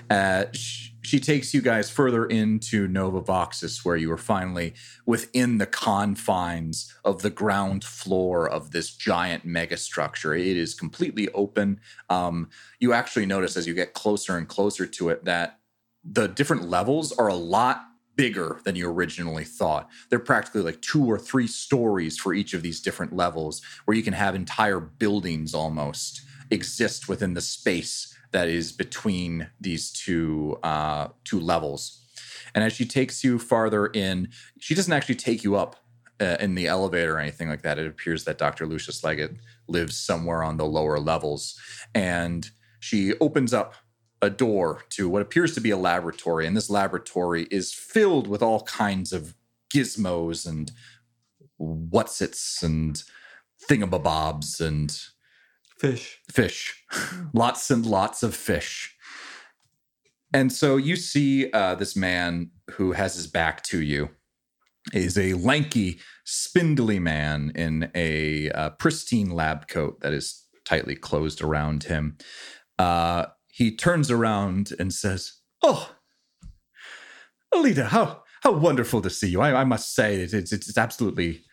[SPEAKER 2] Uh, sh- she takes you guys further into Nova Voxis, where you are finally within the confines of the ground floor of this giant megastructure. It is completely open. Um, you actually notice as you get closer and closer to it that the different levels are a lot bigger than you originally thought. They're practically like two or three stories for each of these different levels, where you can have entire buildings almost exist within the space that is between these two uh, two levels. And as she takes you farther in, she doesn't actually take you up uh, in the elevator or anything like that. It appears that Dr. Lucius Leggett lives somewhere on the lower levels, and she opens up a door to what appears to be a laboratory. And this laboratory is filled with all kinds of gizmos and what's its and thingamabobs and
[SPEAKER 1] Fish.
[SPEAKER 2] fish, lots and lots of fish. And so you see uh, this man who has his back to you is a lanky, spindly man in a uh, pristine lab coat that is tightly closed around him. Uh, he turns around and says, "Oh, Alita, how how wonderful to see you! I, I must say, it, it's it's absolutely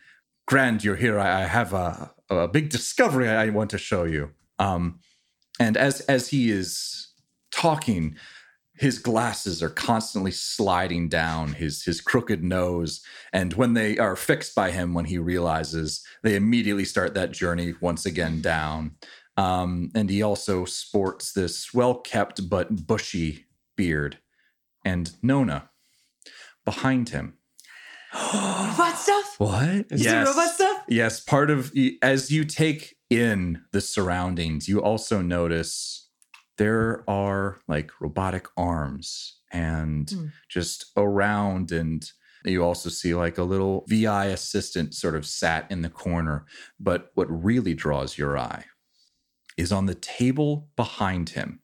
[SPEAKER 2] grand you're here. I, I have a, a big discovery I, I want to show you. Um, and as as he is talking, his glasses are constantly sliding down his his crooked nose, and when they are fixed by him, when he realizes, they immediately start that journey once again down. Um, and he also sports this well kept but bushy beard, and Nona behind him.
[SPEAKER 4] Robot stuff?
[SPEAKER 2] What?
[SPEAKER 1] Is
[SPEAKER 4] Is it robot stuff?
[SPEAKER 2] Yes, part of as you take in the surroundings, you also notice there are like robotic arms and
[SPEAKER 4] Hmm.
[SPEAKER 2] just around and you also see like a little VI assistant sort of sat in the corner, but what really draws your eye is on the table behind him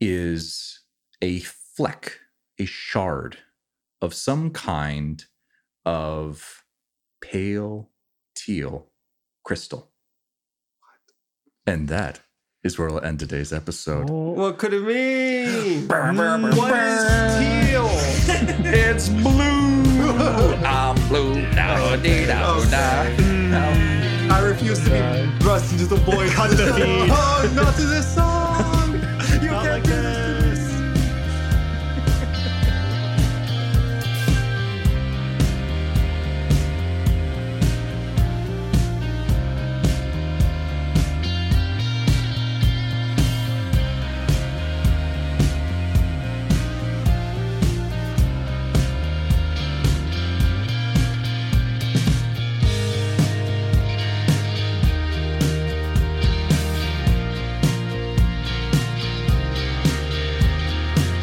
[SPEAKER 2] is a fleck, a shard of some kind of pale teal crystal. And that is where we'll end today's episode.
[SPEAKER 1] What could it mean?
[SPEAKER 2] Oh. What is teal? it's blue. I'm blue. No, dee, no, no,
[SPEAKER 1] I refuse to be thrust into the void.
[SPEAKER 3] Cut the feed.
[SPEAKER 1] Oh, not to this song. You
[SPEAKER 3] Not
[SPEAKER 1] can't
[SPEAKER 3] like
[SPEAKER 1] do this. to
[SPEAKER 3] this.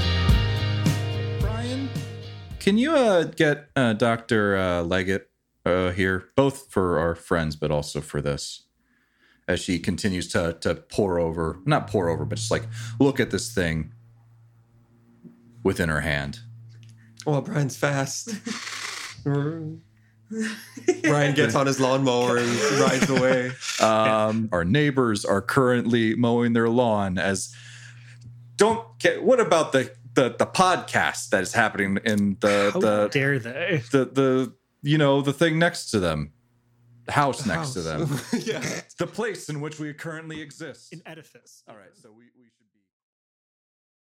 [SPEAKER 2] no. Brian, can you uh, get uh, Dr. Uh, Leggett uh, here, both for our friends, but also for this? As she continues to, to pour over, not pour over, but just like look at this thing within her hand.
[SPEAKER 1] Well, Oh, Brian's fast. Brian gets on his lawnmower and rides away.
[SPEAKER 2] Um, our neighbors are currently mowing their lawn as don't get what about the the, the podcast that is happening in the
[SPEAKER 3] How
[SPEAKER 2] the,
[SPEAKER 3] dare they?
[SPEAKER 2] the the you know the thing next to them the house next to
[SPEAKER 1] House.
[SPEAKER 2] them
[SPEAKER 1] yeah.
[SPEAKER 2] the place in which we currently exist
[SPEAKER 3] An edifice.
[SPEAKER 2] all right so we, we should